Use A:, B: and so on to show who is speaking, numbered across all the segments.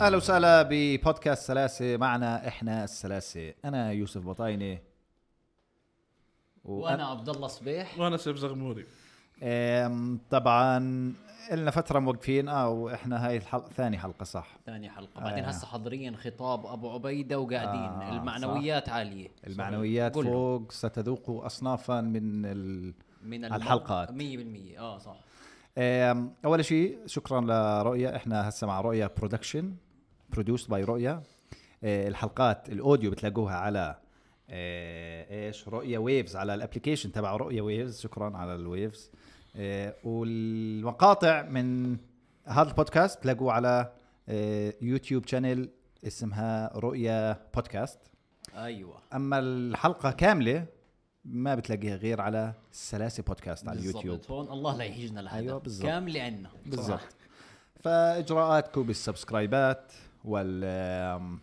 A: اهلا وسهلا ببودكاست سلاسه معنا احنا السلاسه انا يوسف بطاينه
B: وانا عبد الله صبيح
C: وانا سيف زغموري
A: أم، طبعا لنا فتره موقفين اه واحنا هاي الحلقه ثاني حلقه صح
B: ثاني حلقه بعدين
A: آه.
B: هسه حضريا خطاب ابو عبيده وقاعدين
A: آه،
B: آه المعنويات عاليه
A: المعنويات
B: قول له.
A: فوق ستذوقوا اصنافا من ال...
B: من
A: الحلقات.
B: 100% اه صح
A: أم، اول شيء شكرا لرؤيا احنا هسه مع رؤيا برودكشن برودوس باي رؤيا أه، الحلقات الاوديو بتلاقوها على أه، ايش رؤيا ويفز على الابلكيشن تبع رؤيا ويفز شكرا على الويفز أه، والمقاطع من هذا البودكاست بتلاقوه على أه، يوتيوب شانل اسمها رؤيا بودكاست
B: ايوه
A: اما الحلقه كامله ما بتلاقيها غير على السلاسه بودكاست على
B: بالضبط.
A: اليوتيوب
B: هون الله لا يحيجنا لهذا
A: أيوة، بالضبط.
B: كامله عنا
A: بالضبط فاجراءاتكم بالسبسكرايبات وال آم،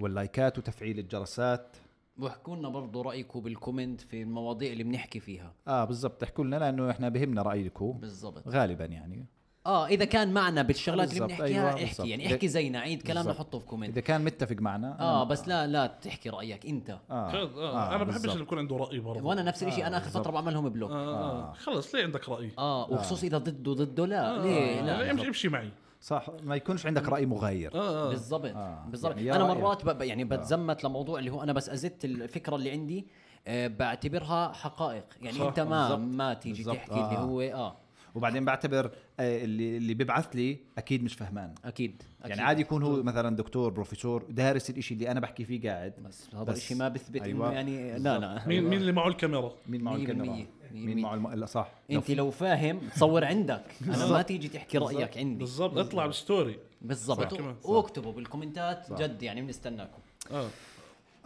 A: واللايكات وتفعيل الجرسات
B: واحكوا لنا برضه رايكم بالكومنت في المواضيع اللي بنحكي فيها
A: اه بالضبط احكوا لنا لانه احنا بهمنا رايكم
B: بالضبط
A: غالبا يعني
B: اه اذا كان معنا بالشغلات اللي
A: بالضبط،
B: بنحكيها
A: أيوة،
B: احكي
A: بالضبط.
B: يعني احكي زينا عيد كلامنا
A: بالضبط.
B: حطه في كومنت
A: اذا كان متفق معنا أمم.
B: اه بس لا لا تحكي رايك انت
A: آه.
C: خلص، آه.
A: آه،
C: انا بحبش
A: بالضبط.
C: اللي يكون عنده راي برضه
B: وانا نفس الشيء انا اخر فتره بعمل لهم بلوك
C: آه. آه. خلص ليه عندك راي
B: اه وخصوصا اذا ضده ضده لا ليه
C: آه.
B: لا
C: امشي امشي معي
A: صح ما يكونش عندك راي مغاير
C: اه آه.
B: بالضبط
A: آه.
B: بالضبط
A: يعني يا
B: انا
A: رأيك.
B: مرات ببقى يعني بتزمت لموضوع اللي هو انا بس ازدت الفكره اللي عندي آه، بعتبرها حقائق يعني
C: صح،
B: انت ما
A: بالضبط.
B: ما تيجي
A: بالضبط،
B: تحكي
A: آه.
B: اللي هو اه
A: وبعدين بعتبر آه، اللي اللي بيبعث لي اكيد مش فهمان
B: اكيد, أكيد.
A: يعني عادي يكون هو مثلا دكتور بروفيسور دارس الإشي اللي انا بحكي فيه قاعد
B: بس هذا
A: بس-
B: الشيء ما بثبت
A: أيوة.
B: انه يعني لا
A: بالضبط.
B: لا
C: مين مين اللي معه الكاميرا
A: مين معه
B: مية
A: الكاميرا
B: بالمية، مية
A: مين معه الم... لا صح لو
B: انت لو فاهم تصور عندك انا ما تيجي تحكي رايك عندي
C: بالضبط اطلع بستوري
B: بالضبط
C: صح، كمان، صح.
B: واكتبوا بالكومنتات جد يعني بنستناكم
C: اه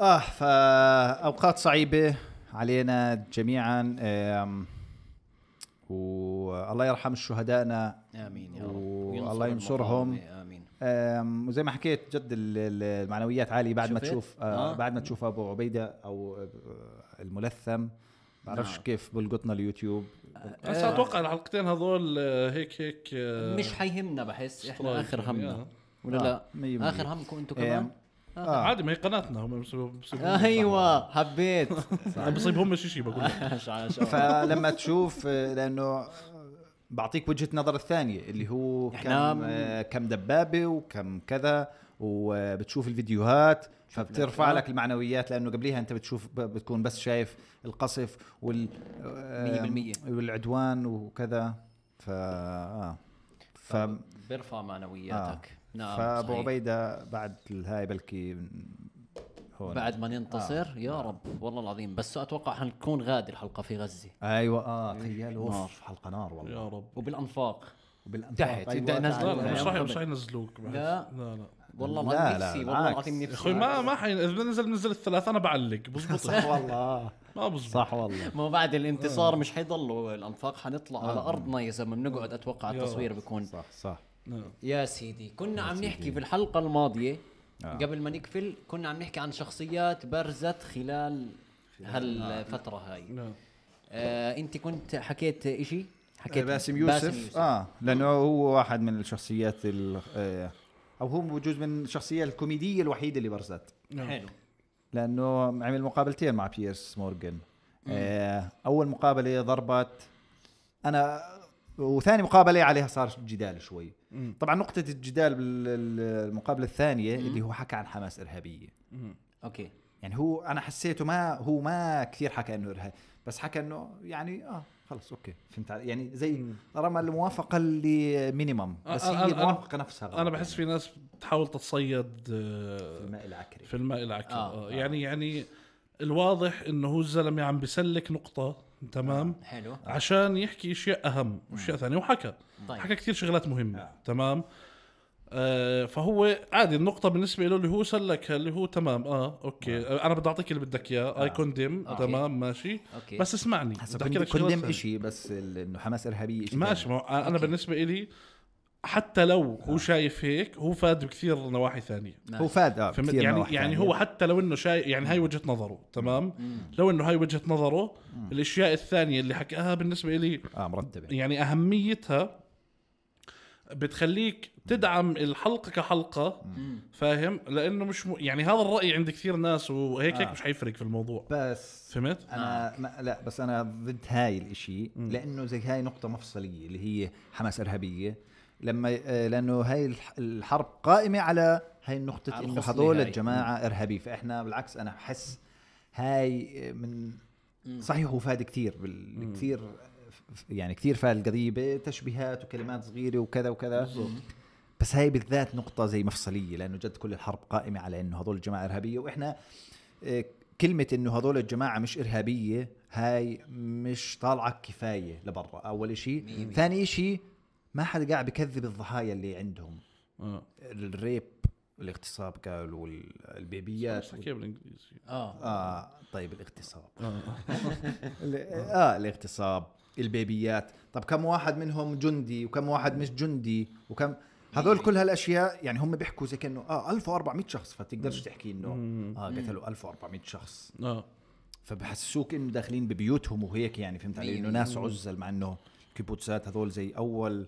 A: اه فاوقات صعيبه علينا جميعا آم، والله يرحم شهدائنا
B: امين يا رب
A: والله
B: وينصر
A: ينصرهم.
B: المقاومة، امين
A: آم، وزي ما حكيت جد ال- ال- المعنويات عاليه بعد ما
B: شفت؟
A: تشوف آه
B: آه.
A: بعد ما تشوف ابو عبيده او آه، الملثم بعرفش
B: نعم. آه،
A: كيف بلقطنا اليوتيوب
C: بس اتوقع الحلقتين هذول آه، هيك هيك آه،
B: مش حيهمنا بحس احنا
C: سترايك
B: اخر
C: يعني،
B: همنا
C: آه.
B: ولا
A: آه، مية
B: لا
A: بالمية.
B: اخر همكم انتم
A: إيه.
B: كمان
A: آه.
C: عادي ما هي قناتنا هم بيسووا- بيسووا-
B: ايوه حبيت
C: أنا بصيبهم مش شيء بقول لك
B: عش- عش- عش.
A: فلما تشوف آه، لانه بعطيك وجهه نظر الثانيه اللي هو
B: إحنا-
A: كم آه، كم دبابه وكم كذا وبتشوف الفيديوهات فبترفع
B: آه.
A: لك المعنويات لانه قبليها انت بتشوف ب- بتكون بس شايف القصف وال آه،
B: مية بالمية.
A: والعدوان وكذا ف آه. ف
B: بيرفع
A: آه.
B: معنوياتك نعم
A: فابو
B: صحيح.
A: عبيده بعد الهاي بلكي هون
B: بعد ما
A: آه.
B: ننتصر يا رب والله العظيم بس اتوقع حنكون غادي الحلقه في غزه
A: ايوه اه تخيل
B: نار.
A: اوف حلقه نار والله
C: يا رب
B: وبالانفاق
A: وبالأنفاق.
B: تحت،
A: أيوة،
B: بدنا نزل-
C: لا
A: تعال.
C: لا مش راح
B: بالضبط.
C: مش راح ينزلوك بعد.
B: آه، لا.
C: لا لا
B: والله
A: لا،
B: العظيم
A: لا،
B: نفسي والله
A: بالعكس.
B: العظيم نفسي
C: يا اخوي ما ما حين اذا نزل نزل الثلاث انا بعلق بزبط
A: صح والله
C: ما بزبط
A: صح والله
B: ما بعد الانتصار
A: آه.
B: مش حيضلوا الانفاق حنطلع على ارضنا يا زلمه بنقعد اتوقع
C: يا
B: التصوير بيكون
A: صح صح
C: لا.
B: يا سيدي كنا عم نحكي في الحلقة الماضية
A: آه.
B: قبل ما نقفل كنا عم نحكي عن شخصيات برزت خلال هالفترة هاي
C: لا.
B: آه، انت كنت حكيت اشي حكيت
A: آه، باسم يوسف, اه لانه هو واحد من الشخصيات ال آه، او هو بجوز من الشخصيه الكوميديه الوحيده اللي برزت
C: نعم.
B: حلو
A: لانه عمل مقابلتين مع بيرس مورغان آه اول مقابله ضربت انا وثاني مقابله عليها صار جدال شوي طبعا نقطه الجدال بالمقابله الثانيه اللي هو حكى عن حماس ارهابيه
B: اوكي
A: يعني هو انا حسيته ما هو ما كثير حكى انه ارهاب بس حكى انه يعني اه خلص اوكي فهمت علي؟ يعني زي رمى الموافقه اللي مينيمم بس
C: أنا-
A: هي
C: آه، أنا-
A: الموافقه نفسها غلط
C: انا بحس
A: يعني
C: في ناس بتحاول تتصيد آه،
A: الماء العكري
C: في الماء العكر
B: آه،
C: آه. آه. يعني يعني الواضح انه هو الزلمه عم بسلك نقطه تمام
B: حلو
C: عشان يحكي اشياء اهم واشياء ثانيه وحكى
B: طيب.
C: طيب. حكى كثير شغلات مهمه تمام آه فهو عادي النقطة بالنسبة له اللي هو سلكها اللي هو تمام اه اوكي آه. انا بدي اعطيك اللي بدك اياه اي كوندم
B: أوكي.
C: تمام ماشي
B: أوكي.
C: أوكي. بس اسمعني
A: حسب
C: بدي أحكي
A: كنت
C: لك شغلات
A: كندم
C: ثانية.
A: شيء بس ال- انه حماس ارهابيه شيء
C: ماشي ما هو انا أوكي. بالنسبة إلي حتى لو
A: نعم.
C: هو شايف هيك هو فاد بكثير نواحي ثانية
A: ثاني. هو فاد اه
C: فهمت
A: كثير
C: يعني
A: نواحي
C: يعني
A: ثانية.
C: هو حتى لو انه شايف يعني هاي وجهه نظره تمام لو انه هاي وجهه نظره
A: آه،
C: الاشياء الثانيه اللي حكاها بالنسبه لي
A: اه مرتبه
C: يعني اهميتها بتخليك تدعم الحلقه كحلقه فاهم لانه مش م... يعني هذا الراي عند كثير ناس وهيك هيك
A: آه.
C: مش حيفرق في الموضوع
A: بس
C: فهمت آه،
A: انا ما لا بس انا ضد هاي الاشي لانه زي هاي نقطه مفصليه اللي هي حماس ارهابيه لما آه، لانه هاي الح- الحرب قائمه على هاي النقطه
B: على
A: انه
B: الخصلة
A: هذول
B: هاي.
A: الجماعه ارهابي فاحنا بالعكس انا بحس هاي من صحيح هو فاد كثير بال... كثير يعني كثير فاد القضيه بتشبيهات وكلمات صغيره وكذا وكذا بس هاي بالذات نقطة زي مفصلية لأنه جد كل الحرب قائمة على إنه هذول الجماعة إرهابية وإحنا آه، كلمة إنه هذول الجماعة مش إرهابية هاي مش طالعة كفاية لبرا أول شيء ثاني شيء ما حدا قاعد بكذب الضحايا اللي عندهم
C: اه
A: الريب والاغتصاب قالوا والبيبيات
C: حكيها بالانجليزي
B: اه
A: آه طيب الاغتصاب
C: آه.
A: ال- اه الاغتصاب البيبيات طب كم واحد منهم جندي وكم واحد مش جندي وكم هذول كل هالاشياء يعني هم بيحكوا زي كانه اه 1400 شخص فتقدرش تحكي انه اه قتلوا 1400 شخص
C: اه
A: فبحسوك انه داخلين ببيوتهم وهيك يعني فهمت علي انه ناس عزل مع انه الكيبوتسات هذول زي اول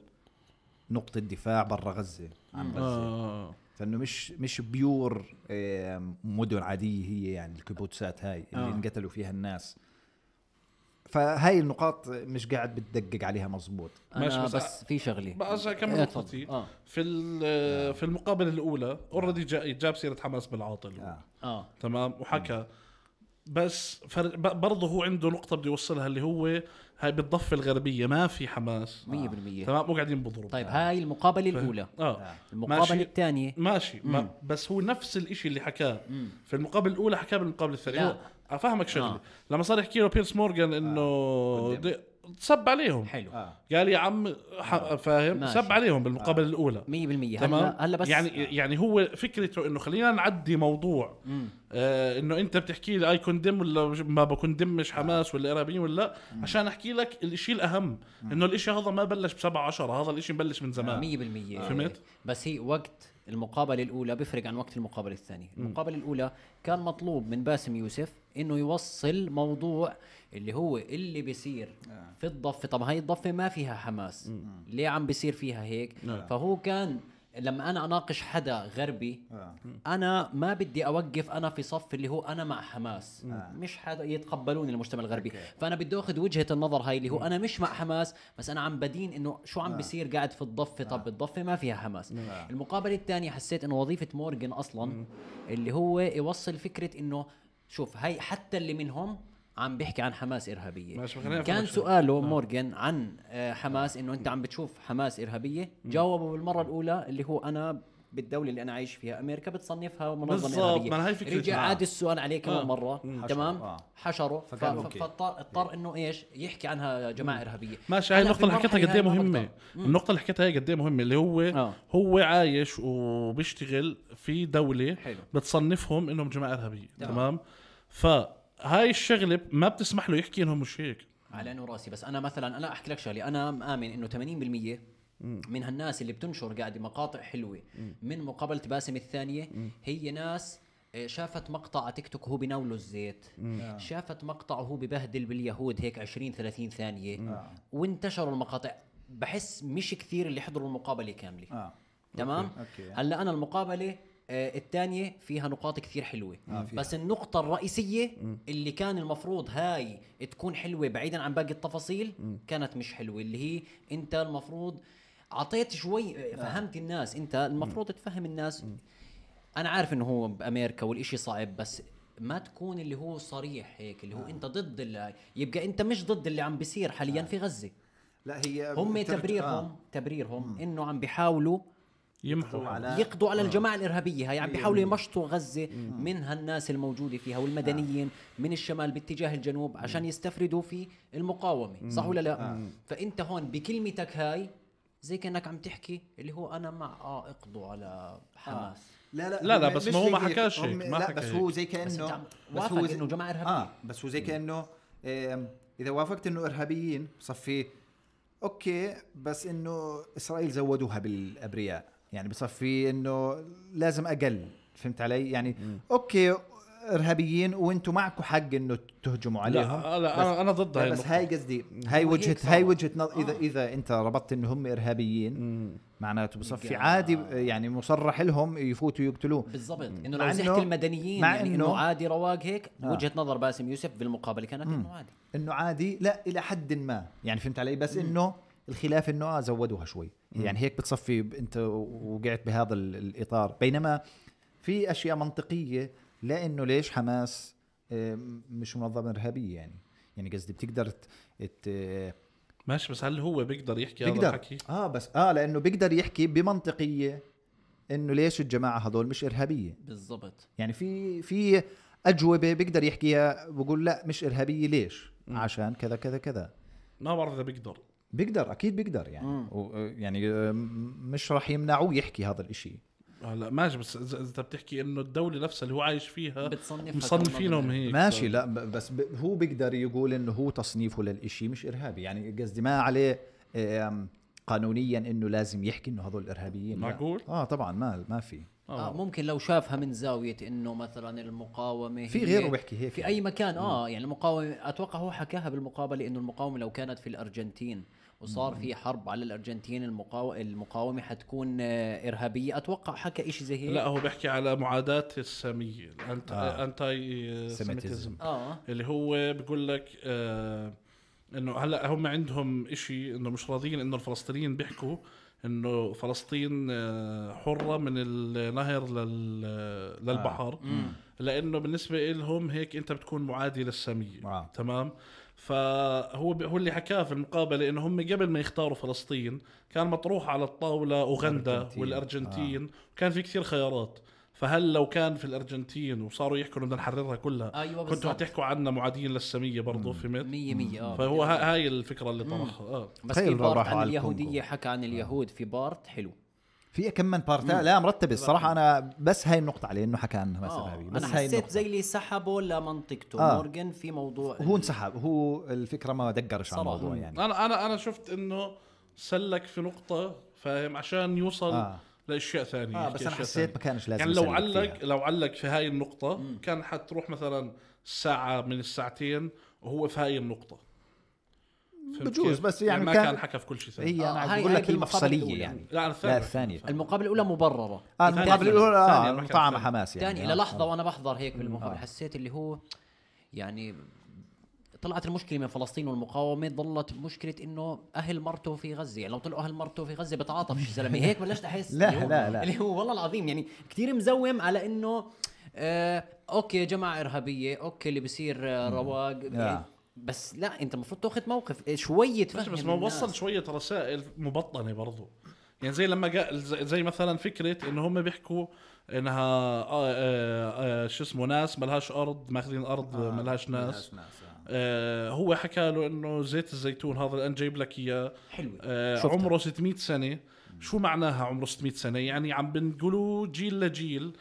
A: نقطة دفاع برا غزة عن غزة
C: اه
A: فانه مش مش بيور آه، مدن عادية هي يعني الكيبوتسات هاي اللي
B: آه.
A: انقتلوا فيها الناس فهاي النقاط مش قاعد بتدقق عليها مزبوط
C: ماشي،
B: انا
C: بس-
B: بس, بس في شغله
C: بس اكمل
B: إيه،
C: نقطتي
B: تفضل. اه
C: في ال- آه، في المقابله الاولى اوريدي جاب سيره حماس بالعاطل
A: آه.
B: اه
C: تمام وحكى بس فر... ب- برضه هو عنده نقطه بدي اوصلها اللي هو هاي بالضفه الغربيه ما في حماس
B: 100%
C: تمام وقاعدين بضربوا
B: طيب آه. هاي المقابله الاولى
C: اه
B: المقابله الثانيه
C: ماشي ما بس هو نفس الاشي اللي حكاه في المقابله الاولى حكاه بالمقابله الثانيه
B: لا.
C: هو- افهمك شغله
B: آه.
C: لما صار يحكي له بيرس مورجان انه
A: قدام.
C: دي- تسب عليهم
A: آه.
B: حلو 100%
C: قال يا عم ح... فاهم
B: ماشي. آه.
C: سب عليهم بالمقابله الاولى تمام
B: هلا هلا بس
C: يعني يعني هو فكرته انه خلينا نعدي موضوع آه انه انت بتحكي لي اي كوندم ولا مش- ما بكوندمش حماس ولا ارهابيين ولا لا عشان احكي لك الشيء الاهم انه الشيء هذا ما بلش ب 7 10 هذا الشيء بلش من زمان آه.
B: 100%
C: فهمت؟
B: آه، بس هي وقت المقابله الاولى بيفرق عن وقت المقابله الثانيه المقابله الاولى كان مطلوب من باسم يوسف انه يوصل موضوع اللي هو اللي بيصير في الضفه طب هاي الضفه ما فيها حماس ليه عم بيصير فيها هيك
C: نعم.
B: فهو كان لما انا اناقش حدا غربي
A: آه.
B: انا ما بدي اوقف انا في صف اللي هو انا مع حماس مش حدا يتقبلوني المجتمع الغربي فانا بدي اخذ وجهه النظر هاي اللي هو انا مش مع حماس بس انا عم بدين انه شو عم بيصير قاعد في الضفه طب الضفه ما فيها حماس المقابله الثانيه حسيت انه وظيفه مورجن اصلا اللي هو يوصل فكره انه شوف هاي حتى اللي منهم عم بيحكي عن حماس ارهابيه
C: ماشي، خليني أفهمك
B: كان
C: شوي.
B: سؤاله مورجان عن آه، حماس انه انت عم بتشوف حماس ارهابيه جاوبه بالمره الاولى اللي هو انا بالدوله اللي انا عايش فيها امريكا بتصنفها منظمه
C: بالظبط،
B: ارهابيه
C: ما أنا هاي فكرتي.
B: رجع
C: آه.
B: عاد السؤال عليه كمان
C: آه.
B: مره
A: حشره،
B: تمام
A: آه.
B: حشره ف-
A: فقال
B: ف-
A: أوكي.
B: فاضطر اضطر انه ايش يحكي عنها جماعه ارهابيه
C: ماشي هاي
B: أنا
C: النقطة اللي
B: بالمرحلة
C: حكيتها قد ايه
B: هاي ما
C: مهمة
B: بقدر.
C: النقطة اللي حكيتها هي قد ايه مهمة اللي هو
B: آه.
C: هو عايش وبيشتغل في دولة
B: حلو.
C: بتصنفهم انهم جماعة ارهابية تمام فهاي الشغلة ما بتسمح له يحكي انهم مش هيك
B: على عيني وراسي بس انا مثلا انا احكي لك شغله انا مآمن انه 80% من هالناس اللي بتنشر قاعده مقاطع حلوه من مقابله باسم الثانيه هي ناس آه، شافت مقطع على تيك توك وهو بناوله الزيت
A: آه.
B: شافت مقطع وهو ببهدل باليهود هيك 20 30 ثانيه وانتشروا المقاطع بحس مش كثير اللي حضروا المقابله كامله
A: اه
B: تمام
A: أوكي.
B: هلا انا المقابله آه، الثانيه فيها نقاط كثير حلوه
A: آه، فيها.
B: بس النقطه الرئيسيه اللي كان المفروض هاي تكون حلوه بعيدا عن باقي التفاصيل كانت مش حلوه اللي هي انت المفروض اعطيت شوي آه، فهمت الناس انت المفروض تفهم الناس انا عارف انه هو بامريكا والإشي صعب بس ما تكون اللي هو صريح هيك اللي هو
A: آه.
B: انت ضد اللي يبقى انت مش ضد اللي عم بيصير حاليا في غزه
A: لا هي
B: هم
A: آه. بترجع-
B: تبريرهم تبريرهم انه عم بيحاولوا
C: يمحوا
A: على-
B: يقضوا على الجماعه الارهابيه هاي عم بيحاولوا يمشطوا غزه من هالناس الموجوده فيها والمدنيين
A: آه.
B: من الشمال باتجاه الجنوب عشان يستفردوا في المقاومه صح ولا لا
A: آه.
B: فانت هون بكلمتك هاي زي كانك عم تحكي اللي هو انا مع اه اقضوا على حماس
A: لا لا
C: لا، لا،
A: هم
C: بس
A: مش
C: ما هو
A: زي
C: ما حكاش
A: هم-
C: هيك، ما
A: لا
C: حكى
A: بس
C: هيك.
A: هو زي
B: بس
A: كانه
B: أنت وافق
A: زي-
B: إنه جماعة إرهابية.
A: اه بس هو زي كانه آم، اذا وافقت انه ارهابيين بصفي اوكي بس انه اسرائيل زودوها بالابرياء يعني بصفي انه لازم اقل فهمت علي يعني اوكي ارهابيين وانتم معكم حق انه تهجموا عليهم
C: لا, لا انا انا ضد هاي
A: بس
C: النقطة.
A: هاي قصدي هاي
B: طيب، هو
A: وجهه
B: هيك
A: هاي
B: صار. آه.
A: وجهه نظ... اذا اذا انت ربطت انه هم ارهابيين معناته بصفي
B: يا-
A: عادي يعني مصرح لهم يفوتوا يقتلوه
B: بالضبط انه
A: مع
B: لو زحت
A: إنه-
B: المدنيين
A: مع
B: يعني
A: إنه-
B: انه عادي رواق هيك
A: آه.
B: وجهه نظر باسم يوسف بالمقابله كانت انه عادي
A: انه عادي لا الى حد ما يعني فهمت علي بس انه الخلاف انه اه زودوها شوي يعني هيك بتصفي ب- انت وقعت بهذا ال- الاطار بينما في اشياء منطقيه لانه ليش حماس آه، مش منظمه ارهابيه يعني يعني قصدي بتقدر ت- ت-
C: ماشي بس هل هو بيقدر يحكي هذا
A: بيقدر
C: الحكي؟
A: اه بس اه لانه بيقدر يحكي بمنطقيه انه ليش الجماعه هذول مش ارهابيه
B: بالضبط
A: يعني في في اجوبه بيقدر يحكيها بقول لا مش ارهابيه ليش عشان كذا كذا كذا
C: ما بعرف اذا بيقدر
A: بيقدر اكيد بيقدر يعني و يعني آه، م- مش راح يمنعوه يحكي هذا الاشي
C: هلا آه، ماشي بس إذا- إذا انت بتحكي انه الدولة نفسها اللي هو عايش فيها
B: بتصنفها
C: آه. مصنفينهم
B: كمنظمة.
C: هيك
A: ماشي لا ب- بس ب- هو بيقدر يقول انه هو تصنيفه للاشي مش ارهابي يعني قصدي ما عليه آم، قانونيا انه لازم يحكي انه هذول ارهابيين لا.
C: معقول؟
A: اه طبعا ما ما في
B: آه ممكن لو شافها من زاويه انه مثلا المقاومه
A: في
B: هي-
A: غيره بيحكي هيك
B: في
A: يعني.
B: اي مكان اه يعني المقاومه اتوقع هو حكاها بالمقابله انه المقاومه لو كانت في الارجنتين وصار في حرب على الارجنتين المقاو... المقاومه حتكون آه، ارهابيه اتوقع حكى إشي زي هيك
C: لا هو بيحكي على معاداة السامية الانت...
A: آه.
C: آه. انتاي
A: سيميتيزم.
C: سيميتيزم
B: اه
C: اللي هو بقول لك آه انه هلا هم عندهم إشي انه مش راضيين انه الفلسطينيين بيحكوا انه فلسطين آه، حره من النهر لل للبحر آه. لانه بالنسبه لهم هيك انت بتكون معادي للساميه
A: آه.
C: تمام فهو ب- هو اللي حكاه في المقابله انه هم قبل ما يختاروا فلسطين كان مطروح على الطاوله اوغندا
A: الأرجنتين.
C: والارجنتين آه. وكان في كثير خيارات فهل لو كان في الارجنتين وصاروا يحكوا إنه بدنا نحررها كلها
B: ايوه
C: كنتوا
B: بالضبط
C: حتحكوا عنا معادين للسامية برضو فهمت
B: 100% اه
C: فهو ها- هاي الفكرة اللي طرحها اه
B: بس
A: تخيل
B: في
A: لو
B: بارت
A: راحوا
B: عن
A: على الكونغو.
B: اليهوديه حكى
C: آه.
B: عن اليهود في بارت حلو
A: في كم من بارتا لا مرتبه الصراحه انا بس هاي النقطه عليه انه حكى عنها مثلا
B: آه.
A: هاي بس
B: انا
A: هاي
B: حسيت
A: النقطة.
B: زي اللي سحبه لمنطقته
A: آه.
B: آه. مورجن في موضوع
A: هو انسحب هو الفكره ما دقرش على
B: صراحة.
A: الموضوع يعني
C: انا انا انا شفت انه سلك في نقطة فاهم عشان يوصل
A: آه.
C: آه. لاشياء ثانية
A: اه
C: يحكي
A: بس انا
C: أشياء
A: حسيت
C: ثانية.
A: ما كانش لازم
C: يعني لو
A: يسلك
C: علق
A: فيها.
C: لو علق في هاي النقطة كان حتروح مثلا ساعة من الساعتين وهو في هاي النقطة فهمت
A: بجوز،
C: كيف؟
A: بس يعني
C: ما
A: كان-
C: كان, حكى في كل شيء ثاني
A: هي
B: آه،
A: انا
B: هاي-
A: بقول لك
B: هاي
A: هي
B: بالمقابلة
A: مفصلية
B: الأولى.
A: يعني
C: لا انا
A: لا
C: الثانية
A: الثانية
B: المقابله الاولى مبرره
A: اه
B: الثانية-
A: المقابله الاولى اه
C: الثانية ما كانت
A: مطعم
C: ثانية.
A: حماس يعني
B: الثاني
A: آه.
B: الى لحظه وانا بحضر هيك بالمقابله
A: آه.
B: حسيت اللي هو يعني طلعت المشكله من فلسطين والمقاومه ضلت مشكله انه اهل مرته في غزه يعني لو طلعوا اهل مرته في غزه بتعاطف شي زلمه هيك بلشت احس
A: لا،
B: اللي هو-
A: لا، لا.
B: اللي هو والله العظيم يعني كثير مزوم على انه آه اوكي جماعه ارهابيه اوكي اللي بصير آه، رواق
A: آه.
B: بس لا انت المفروض تاخذ موقف آه، شويه
C: ماشي
B: تفهم
C: بس ما
B: الناس.
C: وصل شوية رسائل مبطنة برضو يعني زي لما قال زي زي مثلا فكرة انه هم بيحكوا انها آه آه آه شو اسمه ناس ملهاش ارض ماخذين ارض آه ملهاش ناس آه هو حكى له انه زيت الزيتون هذا اللي انا جايب لك اياه
B: حلوه
C: آه
A: شفتها.
C: عمره 600 سنة شو معناها عمره 600 سنة يعني عم بنقولوا جيل لجيل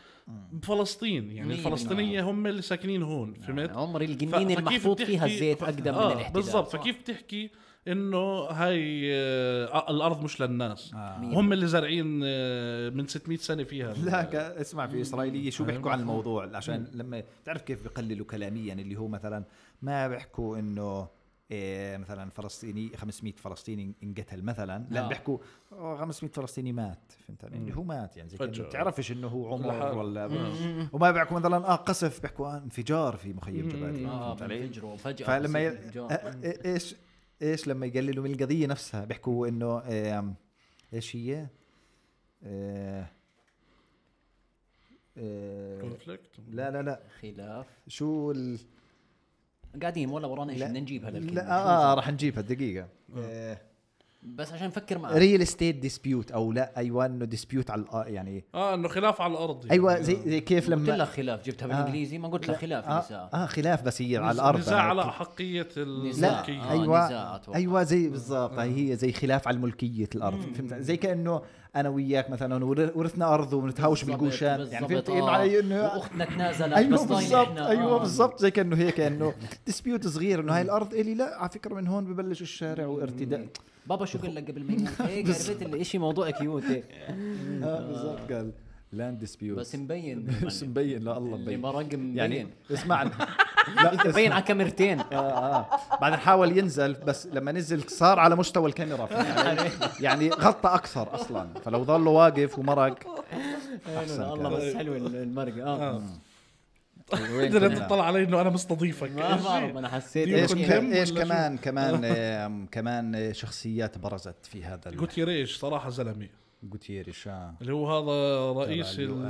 C: بفلسطين يعني
B: مية بالمية.
C: الفلسطينية هم اللي ساكنين هون فهمت
B: عمري
C: ف-
B: الجنين
C: فكيف
B: المحفوظ فيها
C: بتحكي-
B: الزيت
C: ف-
B: اقدم من
C: آه
B: الاحتلال
C: بالضبط
B: صح.
C: فكيف بتحكي انه هاي آه الارض مش للناس آه.
B: مية
C: هم اللي زارعين آه من 600 سنه فيها
A: لا ك- اسمع في اسرائيليه
C: أيوة.
A: شو بيحكوا عن الموضوع عشان لما تعرف كيف بقللوا كلاميا اللي هو مثلا ما بيحكوا انه إيه مثلا فلسطيني 500 فلسطيني انقتل مثلا لا
B: آه.
A: بيحكوا آه، 500 فلسطيني مات فهمت علي اللي هو مات يعني زي كده
C: فجأة.
A: بتعرفش انه هو عمر
C: لحاله.
A: ولا وما بيحكوا مثلا اه قصف بيحكوا آه انفجار في مخيم جباليا
C: آه،
B: اه
A: فهمت علي
B: بينفجروا فجأة
A: فلما ي...
B: بصير انفجار.
A: أ- ايش ايش لما يقللوا من القضيه نفسها بيحكوا انه آم، ايش هي؟ آه، آه،
C: كونفليكت
A: لا لا لا
B: خلاف
A: شو ال...
B: قاعدين ولا ورانا شيء
A: لا.
B: بدنا نجيبها للكلمة
A: لا اه راح نجيبها آه، دقيقه
C: آه.
B: بس عشان نفكر معك
A: ريل استيت ديسبيوت او لا ايوه انه ديسبيوت على الأ- يعني
C: اه انه خلاف على الارض يعني.
A: ايوه زي زي كيف
B: قلت لها
A: لما
B: خلاف جبتها بالانجليزي ما قلت لها خلاف
A: آه,
B: النساء
A: اه خلاف بس هي على
C: نز-
A: الارض
C: نزاع
A: أنا
C: على
A: كنت-
C: احقيه
B: نزاع.
C: الملكيه
B: آه. نزاع
A: ايوه
B: أتوقع.
A: ايوه زي بالضبط هي زي خلاف على ملكيه الارض فهمت زي كانه انا وياك مثلا ور- ورثنا ارض ونتهاوش بالقوشان يعني فهمت انه علي انه
B: واختنا تنازلت
A: ايوه
B: آه. بس ضايل
A: بالضبط
B: إحنا.
A: ايوه
B: آه.
A: بالضبط زي كانه هيك انه ديسبيوت صغير انه هاي الارض الي لا على فكره من هون ببلش الشارع وارتداء
B: إيه، بابا شو قال لك قبل ما يموت هيك عرفت الشيء موضوع كيوت هيك
A: آه، بالضبط قال لاند ديسبيوت
B: إيه، بس مبين
A: بس مبين لا الله
B: اللي
A: مبين
B: مرقم مبين
A: يعني
B: يعني
A: اسمعني لا
B: مبين
A: اسمع.
B: على كاميرتين
A: آه آه. بعدين حاول ينزل بس لما نزل صار على مستوى الكاميرا يعني, يعني غطى اكثر اصلا فلو ظله واقف ومرق أحسن
B: إيه، الله
A: كان.
B: بس حلو المرقه اه
C: آه.
A: وين
C: قدرت
A: كنا؟
C: تطلع علي انه انا مستضيفك
B: طيب، ما
C: إيش
B: بعرف
C: في؟
B: انا حسيت
A: ايش
B: إنه-
C: كنت كم
A: كمان ايش
C: ولا شو؟
A: كمان كمان آم، كمان آه، شخصيات برزت في هذا ال-
C: جوتيريش صراحه زلمه
A: جوتيريش آه.
C: اللي هو هذا رئيس
A: تبع اليو
C: ال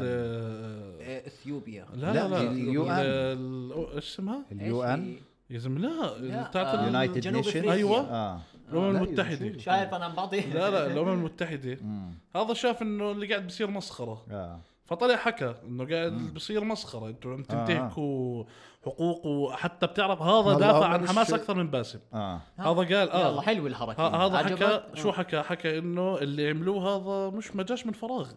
B: آه، اثيوبيا
C: لا
A: لا،
C: لا لا
A: اليو
C: ال-
A: إن.
C: ال- ايش اسمها؟
A: اليو ان
C: يا زلمه لا
B: لا،
C: بتاعت
B: آه،
C: ال-
A: United
B: جنوب
A: Nations.
B: أفريقيا.
C: أيوة.
A: اه
C: الامم
A: لا،
C: المتحده
B: مش عارف انا عم بعطي
C: لا لا الامم المتحده
A: مم.
C: هذا شاف انه اللي قاعد بصير مسخره
A: اه
C: فطلع حكى انه قاعد بصير مسخره انتم عم
A: آه.
C: تنتهكوا حقوق وحتى بتعرف هذا
A: هلا
C: دافع
A: هو
C: عن
A: مش-
C: حماس اكثر من باسم
A: اه
C: هذا قال
B: يلا
C: اه
B: حلو الحركه
A: إيه.
C: ه- هذا حكى
B: عجبك؟
A: آه.
C: شو حكى حكى انه اللي عملوه هذا مش ما جاش من فراغ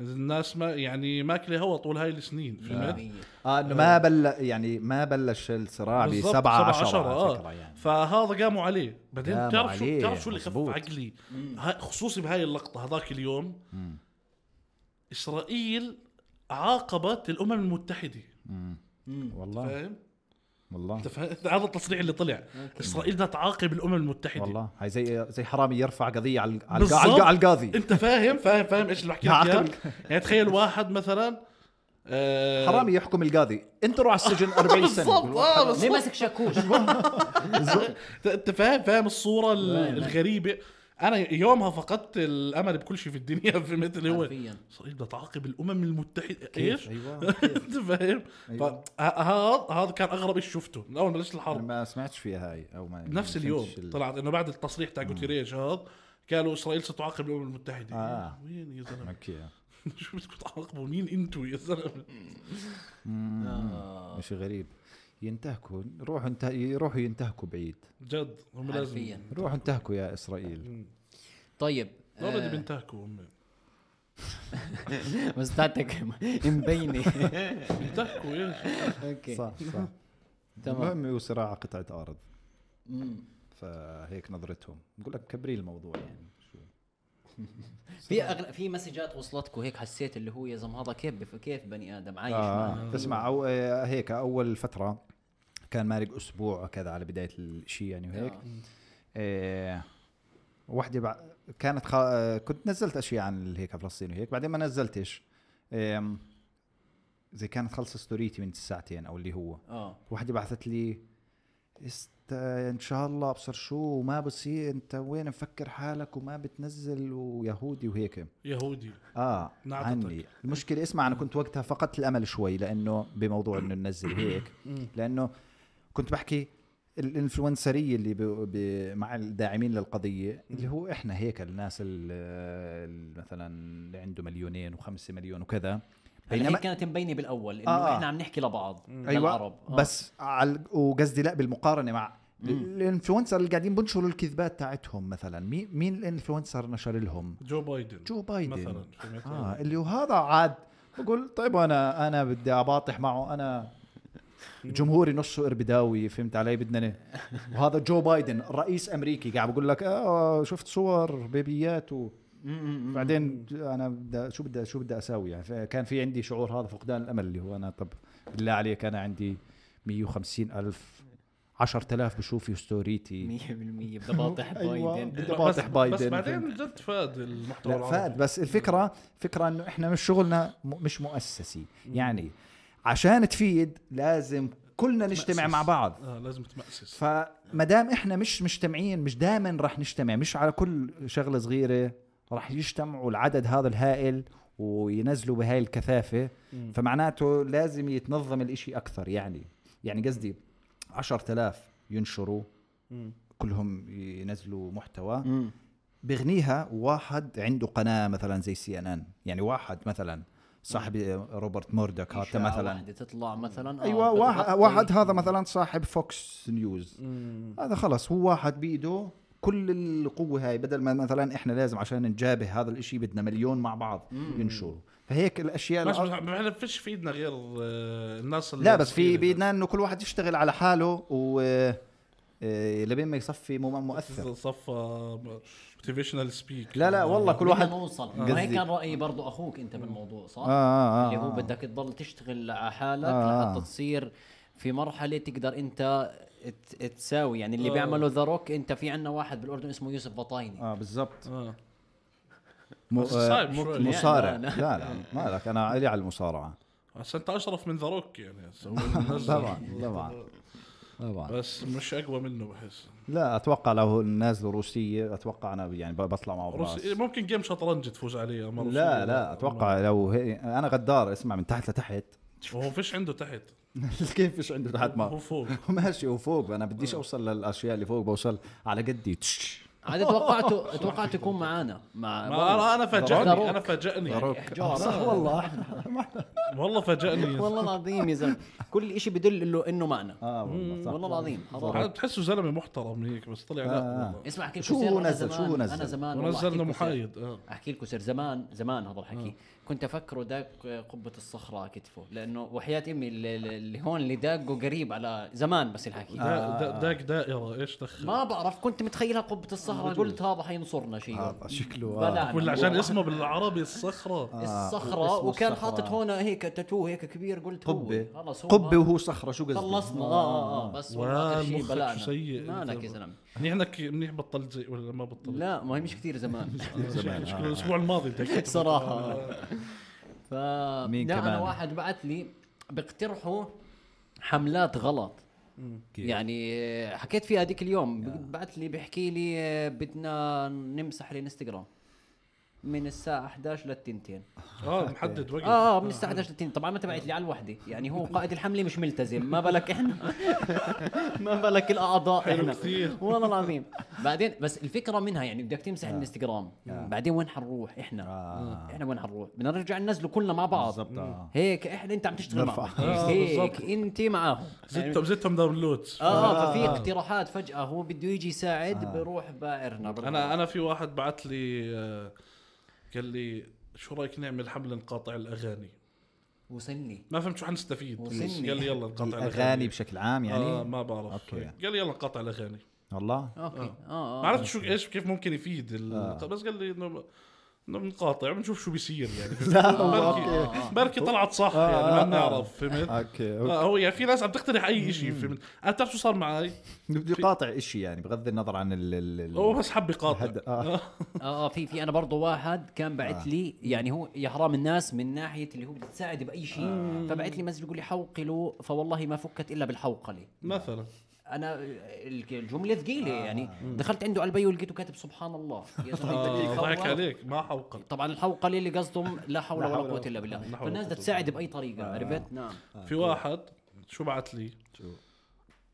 C: الناس ما يعني ماكله هوا طول هاي السنين فهمت
B: مية.
A: اه انه ما بل يعني ما بلش الصراع ب
C: بالضبط،
A: 7 10
C: سبعة آه.
A: على
C: عشرة،
A: فكره يعني
C: فهذا قاموا عليه بعدين
A: قاموا
C: بتعرف شو
A: عليه،
C: بتعرف شو اللي خف
A: مظبوط.
C: عقلي ها- خصوصي بهاي اللقطه هذاك اليوم
A: مم.
C: اسرائيل عاقبت الامم المتحده
A: مم.
B: مم.
A: والله
C: فاهم؟
A: والله
C: أنت فاهم؟ هذا التصريح اللي طلع اسرائيل بدها تعاقب الامم المتحده
A: والله هاي زي زي حرامي يرفع قضيه على على-
C: بالضبط.
A: على على القاضي
C: انت فاهم فاهم فاهم ايش اللي بحكي لك
A: عاقب
C: إياه؟ يعني تخيل واحد مثلا آه،
A: حرامي يحكم القاضي انت روح على السجن 40 سنه
C: بالضبط اه بالضبط.
B: ليه ماسك شاكوش
C: انت- انت فاهم فاهم الصوره ال-
B: لا، لا.
C: الغريبه انا يومها فقدت الامل بكل شيء في الدنيا في مثل هو
B: حرفياً.
C: اسرائيل بدها تعاقب الامم المتحده
A: كيف؟
C: ايش؟
A: ايوه
C: انت فاهم؟
A: أيوة.
C: فهذا هذا كان اغرب شيء شفته من اول ما بلشت
A: أنا
C: الحرب
A: ما سمعتش فيها هاي او ما يعني
C: بنفس
A: ما
C: اليوم
A: فهمتش ال-
C: طلعت انه بعد التصريح تاع جوتيريش هذا قالوا اسرائيل ستعاقب الامم المتحده
A: آه.
C: وين يا زلمه
A: اوكي
C: شو بدكم تعاقبوا مين انتوا يا زلمه
B: آه،
A: شيء غريب ينتهكوا روحوا انته... يروحوا ينتهكوا بعيد
C: جد هم لازم
B: حرفيا
A: روحوا انتهكوا يا اسرائيل
B: طيب
C: اوريدي
B: آه،
C: بينتهكوا هم
B: بس بتاعتك مبينه
C: بينتهكوا ايش
B: اوكي
A: صح صح
B: تمام
A: المهم هو صراع قطعه ارض
B: مم.
A: فهيك نظرتهم بقول لك كبري الموضوع يعني شو
B: في أغل... في مسجات وصلتكم هيك حسيت اللي هو يا زلمه هذا كيف بف... كيف بني ادم عايش معنا
A: آه. تسمع أو آه، هيك أول فترة كان مارق أسبوع كذا على بداية الشيء يعني وهيك
B: آه.
A: آه. وحدة بع... كانت خ... آه، كنت نزلت أشياء عن هيك فلسطين وهيك بعدين ما نزلتش آم، زي كانت خلص ستوريتي من ساعتين أو اللي هو
B: اه
A: وحدة بعثت لي است... ان شاء الله ابصر شو وما بصير انت وين مفكر حالك وما بتنزل ويهودي وهيك
C: يهودي
A: اه
C: نعطتك.
A: عني المشكله اسمع انا كنت وقتها فقدت الامل شوي لانه بموضوع انه ننزل هيك لانه كنت بحكي الانفلونسريه اللي ب... ب... مع الداعمين للقضيه اللي هو احنا هيك الناس ال- ال- مثلا اللي عنده مليونين وخمسة مليون وكذا
B: هلا هي
A: بينما
B: يعني كانت مبينه بالاول انه
A: آه.
B: آه. احنا عم نحكي لبعض
A: ايوه
B: للعرب آه.
A: بس على وقصدي لا بالمقارنه مع الانفلونسر اللي قاعدين بنشروا الكذبات تاعتهم مثلا مين مين الانفلونسر نشر لهم
C: جو بايدن
A: جو بايدن
C: مثلا
A: اه اللي وهذا عاد بقول طيب انا انا بدي اباطح معه انا جمهوري نصه اربداوي فهمت علي بدنا ن- وهذا جو بايدن رئيس امريكي قاعد بقول لك اه شفت صور بيبيات وبعدين انا بدي شو بدي شو بدي اساوي يعني فكان في عندي شعور هذا فقدان الامل اللي هو انا طب بالله عليك انا عندي 150 الف 10000 بشوفوا ستوريتي
B: 100% بدي باطح
A: أيوة.
B: بايدن
A: بدي باطح بايدن
C: بس بعدين
A: فهمت.
C: جد فاد المحتوى
A: لا فاد بس الفكره فكره انه احنا مش شغلنا م- مش مؤسسي يعني عشان تفيد لازم كلنا نجتمع
C: مؤسس.
A: مع بعض
C: اه لازم تمأسس
A: فما دام احنا مش مجتمعين مش دائما رح نجتمع مش على كل شغله صغيره رح يجتمعوا العدد هذا الهائل وينزلوا بهاي الكثافه فمعناته لازم يتنظم الإشي اكثر يعني يعني قصدي 10000 ينشروا كلهم ينزلوا محتوى
B: مم.
A: بغنيها واحد عنده قناه مثلا زي سي ان ان يعني واحد مثلا صاحب روبرت موردك هذا
B: إشاعة
A: مثلا
B: واحدة تطلع مثلا آه،
A: ايوه واحد,
B: بتغطي-
A: واحد هذا مثلا صاحب فوكس نيوز هذا خلص هو واحد بايده كل القوه هاي بدل ما مثلا احنا لازم عشان نجابه هذا الاشي بدنا مليون مع بعض ينشروا فهيك الاشياء
C: بس
A: الأ-
C: ما فيش في ايدنا غير آه، الناس اللي
A: لا بس في
C: بتصير.
A: بايدنا انه كل واحد يشتغل على حاله و آه، لبين ما يصفي مو- مؤثر
C: صفى موتيفيشنال سبيك
A: لا لا والله كل
B: بدنا
A: واحد
B: نوصل
A: قصدي.
B: ما هيك كان رايي برضو اخوك انت بالموضوع صح
A: آه، آه، آه،
B: اللي هو
A: آه.
B: بدك تضل تشتغل على حالك
A: آه.
B: لحتى تصير في مرحله تقدر انت ت- تساوي يعني
A: آه.
B: اللي بيعمله ذا روك انت في عندنا واحد بالاردن اسمه يوسف بطايني
A: اه بالضبط
C: آه.
A: م-
C: بس
A: آه،
C: صعب
A: م-
C: شوي.
B: يعني
A: مصارع
B: لا، لا.
A: لا لا مالك انا علي على المصارعه
C: بس انت اشرف من ذا روك يعني هسه هو
A: طبعا
C: منزل.
A: طبعا طبعا
C: بس مش اقوى منه بحس
A: لا اتوقع لو نازل روسيه اتوقع انا يعني ب- بطلع معه براس
C: روسي إيه، ممكن جيم شطرنج تفوز عليه مرة
A: لا لا اتوقع لو هي انا غدار اسمع من تحت لتحت
C: وهو فيش عنده تحت
A: كيف فيش عنده تحت
C: هو
A: ما
C: فوق
A: ماشي وفوق انا بديش اوصل للاشياء اللي فوق بوصل على قدي تش.
B: عاد توقعته توقعته يكون معانا مع
C: ما انا انا
B: ذا
C: فاجئني
B: روك.
C: انا فاجئني
B: إحجار.
A: صح والله
C: والله فاجئني
B: والله العظيم يا زلمه كل شيء بدل له انه معنا
A: اه والله صح.
B: آه، والله العظيم حرام
C: عاد بتحسه زلمه محترم هيك بس طلع لا
A: آه.
C: والله.
B: اسمع كيف
A: شو
B: كثير
A: هو
B: أنا
A: نزل؟
B: زمان-
A: شو هو
B: انا
A: نزل؟
B: زمان والله
C: ونزلنا
B: أحكي لكم سر.
C: محايد آه.
B: احكي لكم سر زمان زمان هذا الحكي
A: آه.
B: كنت افكره داق قبه الصخره على كتفه لانه وحياه امي اللي, اللي هون اللي داقه قريب على زمان بس الحكي
A: آه.
C: دا- دا- داك دائره ايش دخل
B: ما بعرف كنت متخيلها قبه الصخره قلت هذا حينصرنا شيء
A: هذا شكله آه.
B: بلعنا
C: ولا عشان
B: والله.
C: اسمه بالعربي الصخره
B: الصخره
A: اسمه
B: وكان
A: الصخرة.
B: حاطط هون هيك تاتو هيك كبير قلت
A: قبه
B: هو خلص هو آه.
A: قبه وهو صخره شو قصدي
B: خلصنا اه اه اه بس والله آخر شيء
C: والمخك
B: بلعنا
C: سيء
B: مالك
C: أنت.
B: يا زلمه
C: منيح منيح بطلت زي ولا ما بطلت
B: لا ما هي مش كثير زمان
A: زمان،
C: شكله
A: آه.
C: الاسبوع الماضي داك.
B: صراحه ف
A: مين
B: لا،
A: كمان؟
B: انا واحد بعت لي بيقترحوا حملات غلط
A: كيف؟ آه.
B: يعني حكيت فيها هذيك اليوم بعت لي بيحكي لي آه، بدنا نمسح الانستغرام من الساعة 11 للتنتين
C: اه محدد وقت
B: اه من الساعة 11 للتنتين طبعا ما تبعت لي على الوحدة يعني هو قائد الحملة مش ملتزم ما بالك احنا ما بالك الاعضاء
C: حلو
B: احنا
C: كثير آه.
B: والله العظيم بعدين بس الفكره منها يعني بدك تمسح الانستغرام بعدين وين حنروح احنا
A: آه.
B: احنا وين حنروح بدنا نرجع ننزله كلنا مع بعض
A: بالضبط آه.
B: هيك احنا انت عم تشتغل
A: نرفع.
B: معهم
C: آه،
B: هيك
C: بالضبط. آه.
B: انت معاهم
C: زدتهم زدتهم داونلودز
B: اه ففي اقتراحات فجاه هو بده يجي يساعد
C: آه.
B: بروح بائرنا
C: انا انا في واحد بعت لي آه، قال لي شو رايك نعمل حمله نقاطع الاغاني
B: وصلني
C: ما فهمت شو حنستفيد
B: وصلني.
C: قال لي يلا نقاطع
A: الاغاني بشكل عام
C: يعني آه
A: يعني
C: ما بعرف
A: أوكي.
C: قال لي يلا نقاطع الاغاني
A: والله
B: اوكي
C: آه.
B: اه اه
C: ما عرفت شو ايش كيف ممكن يفيد ال... طيب، بس قال لي انه انه بنقاطع بنشوف شو بيصير يعني بركي آه، بركي طلعت صح يعني ما بنعرف فهمت
A: اوكي
C: آه هو يعني في ناس عم تقترح اي شيء فهمت انا بتعرف شو صار معي
A: بدي قاطع شيء يعني بغض النظر عن ال ال- ال-
C: هو بس حب يقاطع
A: الهد- آه.
B: اه آه، في في انا برضه واحد كان بعت لي يعني هو يا حرام الناس من ناحيه اللي هو بده تساعد باي شيء
A: آه.
B: فبعت لي مسج بيقول لي حوقلوا فوالله ما فكت الا بالحوقله
C: مثلا
B: انا الك- الجمله ثقيله
A: آه.
B: يعني دخلت عنده على البي ولقيته كاتب سبحان الله يا زلمه
C: آه،
B: بدك
C: ضحك
B: تفوق.
C: عليك ما حوقل
B: طبعا الحوقله اللي قصدهم لا حول
A: لا
B: ولا
A: حول آه.
B: قوه الا بالله فالناس بدها تساعد باي طريقه عرفت نعم
C: في واحد شو بعت لي
A: شو؟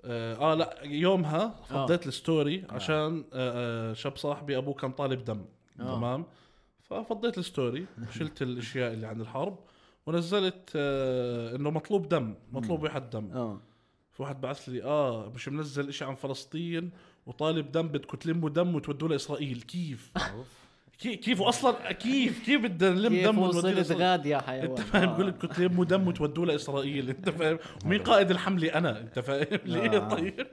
C: آه, اه لا يومها
B: آه.
C: فضيت الستوري عشان آه آه شاب صاحبي ابوه كان طالب دم
B: آه.
C: تمام ففضيت الستوري شلت الاشياء اللي عن الحرب ونزلت آه انه مطلوب دم مطلوب واحد دم
A: آه.
B: اه
C: في واحد بعث لي اه مش منزل اشي عن فلسطين وطالب دم بدكم تلموا دم وتودوه لاسرائيل كيف كي- كيف اصلا كيف كيف بدنا نلم
B: كيف
C: دم ونوديه
B: وصلت
C: لإسرائيل؟
B: غاد يا
C: انت
B: حيوان آه.
C: فاهم بقول لك كنت لموا دم وتودوه لاسرائيل انت فاهم مين قائد الحمله انا انت فاهم
B: آه.
C: ليه طيب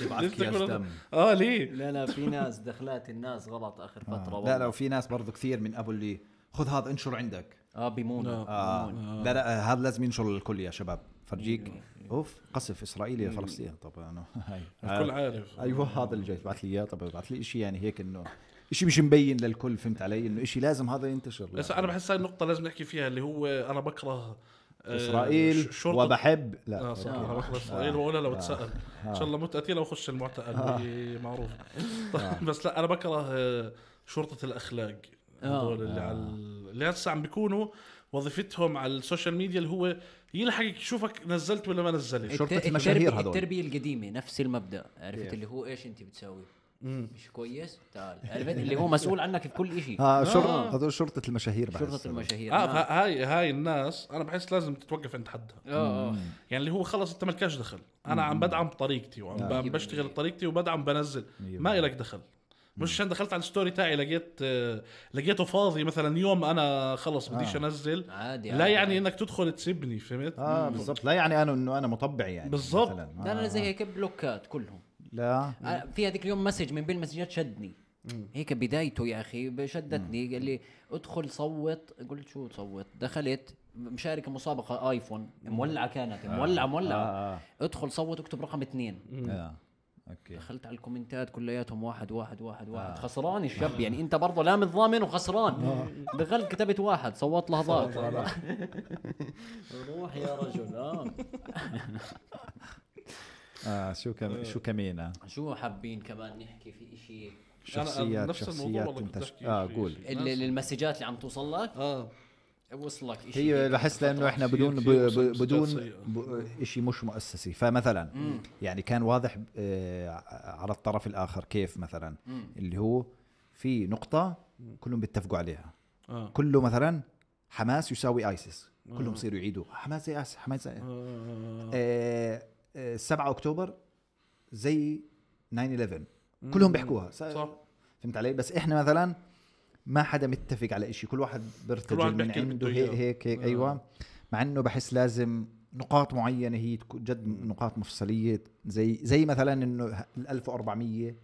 A: تبعت
C: ليش
A: أكياس
C: تاكل-
A: دم.
C: اه ليه
B: لا لا في ناس دخلات الناس غلط اخر فتره
A: آه. لا
B: والله.
A: لا وفي ناس برضو كثير من ابو اللي خذ هذا انشر عندك
B: اه بيمونوا
A: آه. لا لا آه، هذا لازم ينشر للكل يا شباب فرجيك اوف قصف اسرائيلي فلسطين طب انا هاي
C: الكل
A: آه،
C: عارف
A: ايوه هذا اللي جاي تبعت لي اياه طب ابعت لي شيء يعني هيك انه شيء مش مبين للكل فهمت علي انه شيء لازم هذا ينتشر يعني
C: بس
A: لا.
C: انا بحس هاي النقطه لازم نحكي فيها اللي هو انا بكره آه،
A: اسرائيل
C: ش- شرطه
A: وبحب لا
C: اه صح
B: آه.
A: أوكي.
C: انا بكره اسرائيل واقولها لو تسال ان شاء الله مت قتيله واخش المعتقل
B: آه.
C: هي معروف طيب، بس لا انا بكره آه، شرطه الاخلاق
B: آه.
C: هذول اللي على ال- اللي هسه عم بيكونوا وظيفتهم على السوشيال ميديا اللي هو يلحقك يشوفك نزلت ولا ما نزلت
A: شرطة
B: الت-
A: المشاهير
B: التربية-
A: هذول.
B: التربيه القديمه نفس المبدا
A: إيه.
B: عرفت اللي هو ايش انت بتسوي مش كويس تعال عرفت اللي هو مسؤول عنك بكل شيء
C: آه.
A: اه شرطه هذول شرطه المشاهير بحس
B: شرطه المشاهير
C: اه
B: نعم.
C: فهاي هاي الناس انا بحس لازم تتوقف عند حدها
B: اه آه.
C: يعني اللي هو خلص انت مالكاش دخل انا عم بدعم طريقتي وعم ب- بشتغل طريقتي وبدعم بنزل ما إلك دخل مش عشان دخلت على الستوري تاعي لقيت آه، لقيته فاضي مثلا يوم انا خلص
A: آه.
C: بديش انزل
B: عادي
C: لا
B: عادي.
C: يعني انك تدخل تسبني فهمت
A: آه، اه بالضبط لا يعني انا انه انا مطبع يعني
C: بالضبط.
A: مثلاً. آه.
B: ده انا زي هيك بلوكات كلهم
A: لا
B: أنا في هذيك اليوم مسج من بين المسجات شدني هيك بدايته يا اخي شدتني قال لي ادخل صوت قلت شو تصوت دخلت مشاركه مسابقه ايفون مولعه كانت مولعه مولعه
A: آه.
B: ادخل صوت اكتب رقم اثنين
A: آه. اوكي
B: دخلت على الكومنتات كلياتهم واحد واحد واحد واحد
C: آه.
B: خسران الشاب يعني انت برضه لا متضامن
A: آه.
B: وخسران دخلت كتبت واحد صوت لحظات روح يا رجل اه
A: آه شو كم شو كمينه
B: شو حابين كمان نحكي في اشي
A: شخصيات
C: نفس الموضوع
A: شخصيات
C: والله كنت
A: انت
C: أحكي
A: اه
C: شيء- شيء.
A: قول
B: ال- ال- المسجات اللي عم توصل لك
C: اه
B: وصلك اشي
A: هي
B: هيك.
A: بحس لانه احنا
C: كثير-
A: بدون ب...
C: كثير
A: ب...
C: مسلسلات
A: بدون
C: سيئة.
A: ب... شيء مش مؤسسي فمثلا يعني كان واضح آه، على الطرف الاخر كيف مثلا اللي هو في نقطه كلهم بيتفقوا عليها
C: اه
A: كله مثلا حماس يساوي ايسيس كلهم يصيروا يعيدوا حماس زي ايسيس حماس زي آه، آه، 7 اكتوبر زي 9 11 كلهم بيحكوها س-
C: آه، صح.
A: فهمت علي بس احنا مثلا ما حدا متفق على إشي كل واحد بيرتجل من
C: بيحكي اللي
A: عنده
C: بده
A: هيك
C: إياه.
A: هيك, هيك
C: آه.
A: ايوه مع انه بحس لازم نقاط معينه هي تكون جد نقاط مفصليه زي زي مثلا انه ال 1400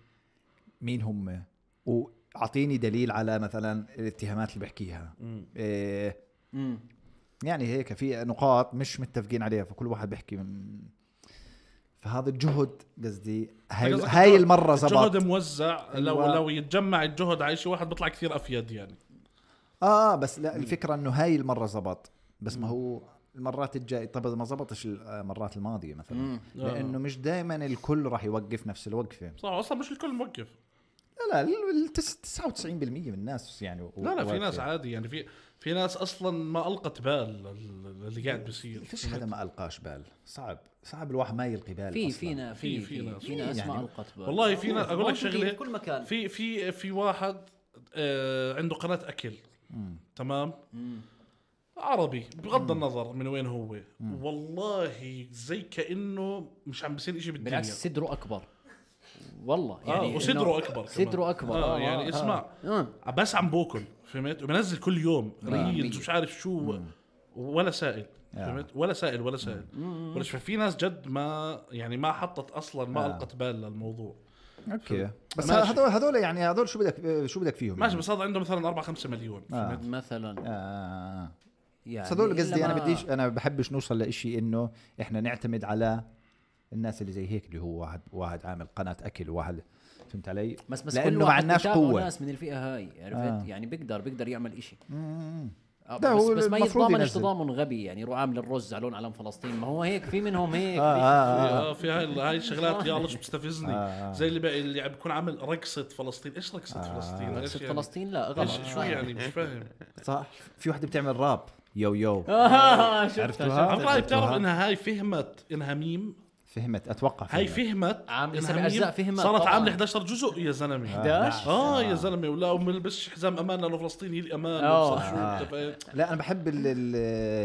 A: مين هم واعطيني دليل على مثلا الاتهامات اللي بحكيها إيه
B: مم.
A: يعني هيك في نقاط مش متفقين عليها فكل واحد بيحكي من فهذا الجهد قصدي هاي,
C: قصدك
A: هاي
C: الجهد-
A: المره
C: الجهد
A: زبط
C: موزع لو
A: أيوة.
C: لو يتجمع الجهد على شيء واحد بيطلع كثير افيد يعني
A: اه بس لا الفكره انه هاي المره زبط بس ما هو المرات الجاي طب ما زبطش آه، المرات الماضيه مثلا
B: مم.
C: آه.
A: لانه مش دائما الكل راح يوقف نفس الوقفه
C: صح اصلا مش الكل موقف
A: لا لا ال- التس- 99% من الناس يعني و-
C: لا لا في
A: واقفة.
C: ناس عادي يعني في في ناس اصلا ما القت بال اللي قاعد بيصير
A: فيش حدا ما القاش بال صعب صعب الواحد ما يلقي بال
B: في
A: أصلاً.
B: في نا- في في ناس في ناس
A: يعني
B: ما القت بال.
C: والله في ناس
B: معروف،
C: اقول لك
B: موجودين
C: شغله
B: بكل مكان
C: في في في واحد آه عنده قناه اكل تمام عربي بغض النظر من وين هو والله زي كانه مش عم بيصير شيء بالدنيا
B: بالعكس صدره اكبر والله
C: يعني
B: يعني
C: اه
B: إنه-
C: وصدره اكبر كمان.
B: صدره أكبر.
C: اه
B: آه،
C: يعني
B: آه.
C: اسمع
B: آه.
C: بس عم باكل فهمت وبنزل كل يوم ريلز
B: مية.
C: ومش عارف شو ولا سائل
A: آه.
C: فهمت ولا سائل ولا سائل ولا شو- في ناس جد ما يعني ما حطت اصلا ما
A: آه.
C: القت بال للموضوع
A: اوكي بس
C: ماشي.
A: هذول هذول يعني هذول شو بدك شو بدك فيهم
C: ماشي
A: يعني؟
C: بس هذا عنده مثلا 4 5 مليون
A: آه.
C: فهمت
B: مثلا
A: آه، آه.
B: يعني
A: بس هذول قصدي
B: إلا
A: انا
B: ما-
A: بديش انا بحبش نوصل لإشي انه احنا نعتمد على الناس اللي زي هيك اللي هو واحد واحد عامل قناه اكل واحد فهمت علي؟
B: بس بس كل
A: لانه ما
B: واحد
A: عندناش
B: بتابعه
A: قوه
B: ناس من الفئه هاي عرفت
A: آه.
B: يعني بيقدر بيقدر يعمل إشي
A: مم.
B: آه،
A: لا،
B: بس,
A: هو
B: بس ما
A: المفروض
B: يتضامنش
A: ينزل.
B: تضامن غبي يعني يروح عامل الرز علون علم فلسطين ما هو هيك في منهم هيك
A: آه، آه، آه.
C: آه، في هاي هاي الشغلات يا الله شو
A: آه،
C: بتستفزني زي اللي بقى اللي بيكون عامل رقصه فلسطين ايش رقصه فلسطين إيش
B: قصة
C: يعني؟
B: آه. فلسطين لا غلط
C: ايش شو يعني مش فاهم
A: صح في وحده بتعمل راب يو يو
B: آه، شفتها،
A: عرفتوها؟
B: شفتها.
A: عرفت.
C: عمرها بتعرف انها طيب، هاي فهمت انها ميم
A: فهمت اتوقع
C: هاي
A: فهمت.
C: فهمت
B: عاملة
C: إنها
B: سبع
C: ميم،
B: أجزاء فهمت
C: صارت
B: طبعاً. آه.
C: عامله 11 جزء يا زلمه
A: آه،
B: 11
C: اه يا زلمه ولا وما لبسش حزام امان لانه فلسطيني الامان
B: آه.
C: وصار شو أنت فاهم؟
A: لا انا بحب ال ال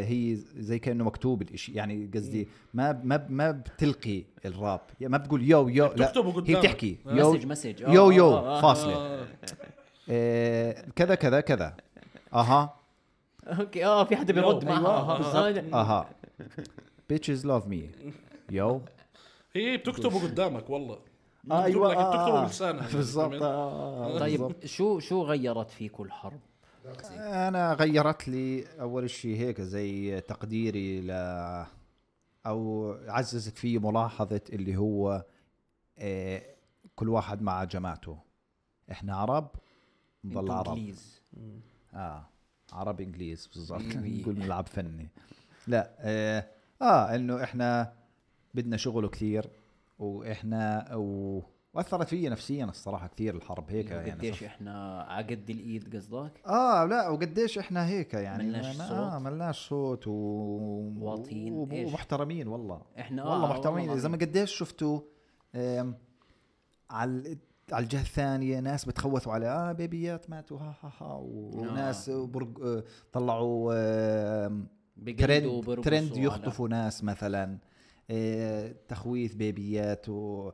A: هي زي كانه مكتوب الإشي يعني قصدي ما ب- ما ب- ما بتلقي الراب يا ما بتقول يو يو لا
C: بتكتبه
A: هي
C: قدامك.
A: بتحكي يو
B: مسج مسج آه،
A: يو
B: آه،
A: يو
B: آه.
A: فاصله
C: آه.
A: إيه، كذا كذا كذا اها
B: اوكي اه في حدا بيرد
C: يو.
B: معها
C: أيوة،
B: آه، آه.
A: اها بيتشز لاف مي يو
C: هي إيه، بتكتبه قدامك والله
A: آه،
C: بتكتب لك-
A: آه،
C: بتكتبه
A: آه.
C: بلسانها يعني،
A: بالضبط
C: فهمت؟
A: آه، آه، بالضبط.
B: طيب شو شو غيرت فيكم الحرب؟
A: انا غيرت لي اول شيء هيك زي تقديري ل او عززت في ملاحظه اللي هو آه، كل واحد مع جماعته احنا عرب نضل
B: أنتوا
A: عرب
B: إنجليز.
A: اه عربي انجليز بالضبط
B: أيوة.
A: نقول نلعب فني لا آه, اه انه احنا بدنا شغل كثير واحنا و... واثرت فيي نفسيا الصراحه كثير الحرب هيك يعني
B: قديش
A: صف-
B: احنا عقد الايد قصدك؟
A: اه لا وقديش احنا هيك يعني
B: ملناش
A: ما-
B: صوت.
A: آه ملناش صوت و...
B: واطيين،
A: وب-
B: إيش؟
A: ومحترمين والله
B: إحنا آه،
A: والله
B: والله
A: محترمين
B: العظيم.
A: اذا ما قديش شفتوا آم، على على الجهه الثانيه ناس بتخوثوا على اه بيبيات ماتوا ها ها ها
B: آه.
A: وناس برق... آه، طلعوا آم،
B: بقلدوا
A: ترند
B: وبرقصوا آه، نعم.
A: ترند
B: على-
A: يخطفوا ناس مثلا آه، تخويث بيبيات و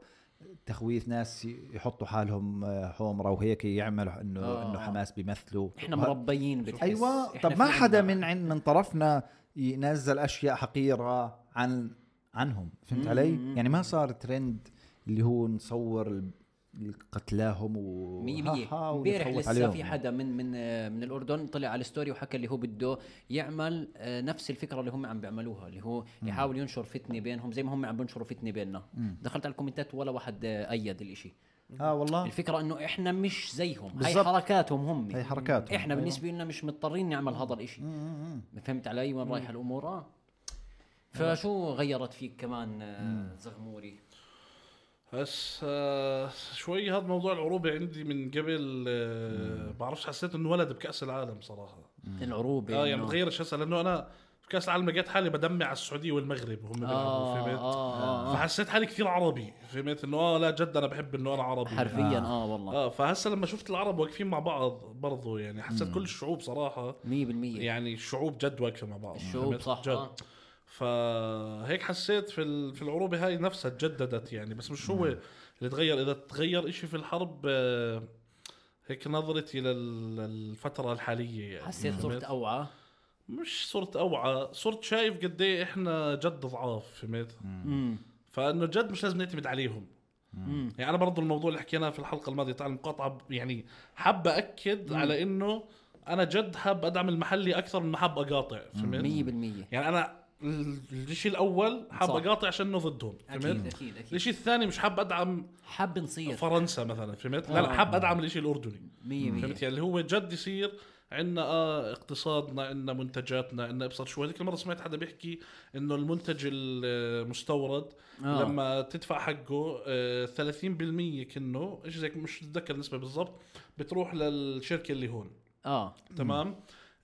A: تخويث ناس يحطوا حالهم آه، حمرة وهيك يعملوا انه
B: آه.
A: انه حماس بيمثلوا
B: احنا
A: وه-
B: مربيين بتحس
A: ايوه
B: إحنا
A: طب
B: في
A: ما حدا
B: عنا-
A: من عن من طرفنا ينزل اشياء حقيره عن عنهم فهمت علي يعني ما صار ترند اللي هو نصور ال- قتلاهم و
B: 100%
A: ها- ها
B: امبارح
A: ونفوت
B: لسه
A: عليهم.
B: في حدا من من آه، من الاردن طلع على الستوري وحكى اللي هو بده يعمل آه، نفس الفكره اللي هم عم بيعملوها اللي هو يحاول ينشر فتنه بينهم زي ما هم عم بينشروا فتنه بيننا دخلت على الكومنتات ولا واحد آه، ايد الاشي
A: اه والله
B: الفكره انه احنا مش زيهم هاي
A: بالضبط.
B: حركاتهم هم
A: هي حركاتهم. أيوة.
B: احنا بالنسبه لنا مش مضطرين نعمل هذا الاشي فهمت علي وين رايحه الامور اه
A: أيوة.
B: فشو غيرت فيك كمان آه، زغموري
C: بس آه، شوي هذا موضوع العروبه عندي من قبل آه، بعرفش حسيت انه ولد بكاس العالم صراحه
B: العروبه
C: اه يعني
B: إنه-
C: بتغيرش هسه لانه انا في كاس العالم لقيت حالي بدمع على السعوديه والمغرب وهم بيلعبوا
B: آه،
C: فهمت
B: آه، آه.
C: فحسيت حالي كثير عربي فهمت انه اه لا جد انا بحب انه انا عربي
B: حرفيا اه والله
C: اه فهسه لما شفت العرب واقفين مع بعض برضو يعني حسيت كل الشعوب صراحه
B: 100%
C: يعني الشعوب جد واقفه مع بعض
B: إيه. الشعوب
C: فهمت؟
B: صح
C: جد
B: آه.
C: فهيك حسيت في ال- في العروبه هاي نفسها تجددت يعني بس مش هو اللي تغير اذا تغير إشي في الحرب آه، هيك نظرتي لل- للفتره الحاليه يعني
B: حسيت
C: فهمت؟
B: صرت اوعى
C: مش صرت اوعى صرت شايف قد ايه احنا جد ضعاف فهمت
B: امم
C: فانه جد مش لازم نعتمد عليهم يعني انا برضو الموضوع اللي حكيناه في الحلقه الماضيه تاع المقاطعه ب- يعني حاب اكد على انه انا جد حاب ادعم المحلي اكثر من ما حاب اقاطع فهمت
B: 100%
C: يعني انا ال- الشيء الاول حاب
B: صح.
C: اقاطع عشانه ضدهم
B: اكيد
C: فهمت
B: اكيد اكيد
C: الشيء الثاني مش حاب ادعم
B: حاب نصير 100%
C: فرنسا مثلا فهمت لا لا حاب ادعم الشيء الاردني فهمت يعني اللي هو جد يصير عندنا آه اقتصادنا عندنا منتجاتنا عندنا ابصر شوي هذيك المره سمعت حدا بيحكي انه المنتج المستورد
B: آه.
C: آه. لما تدفع حقه آه 30% كنه ايش زي مش متذكر النسبه بالضبط بتروح للشركه اللي هون
B: اه
C: تمام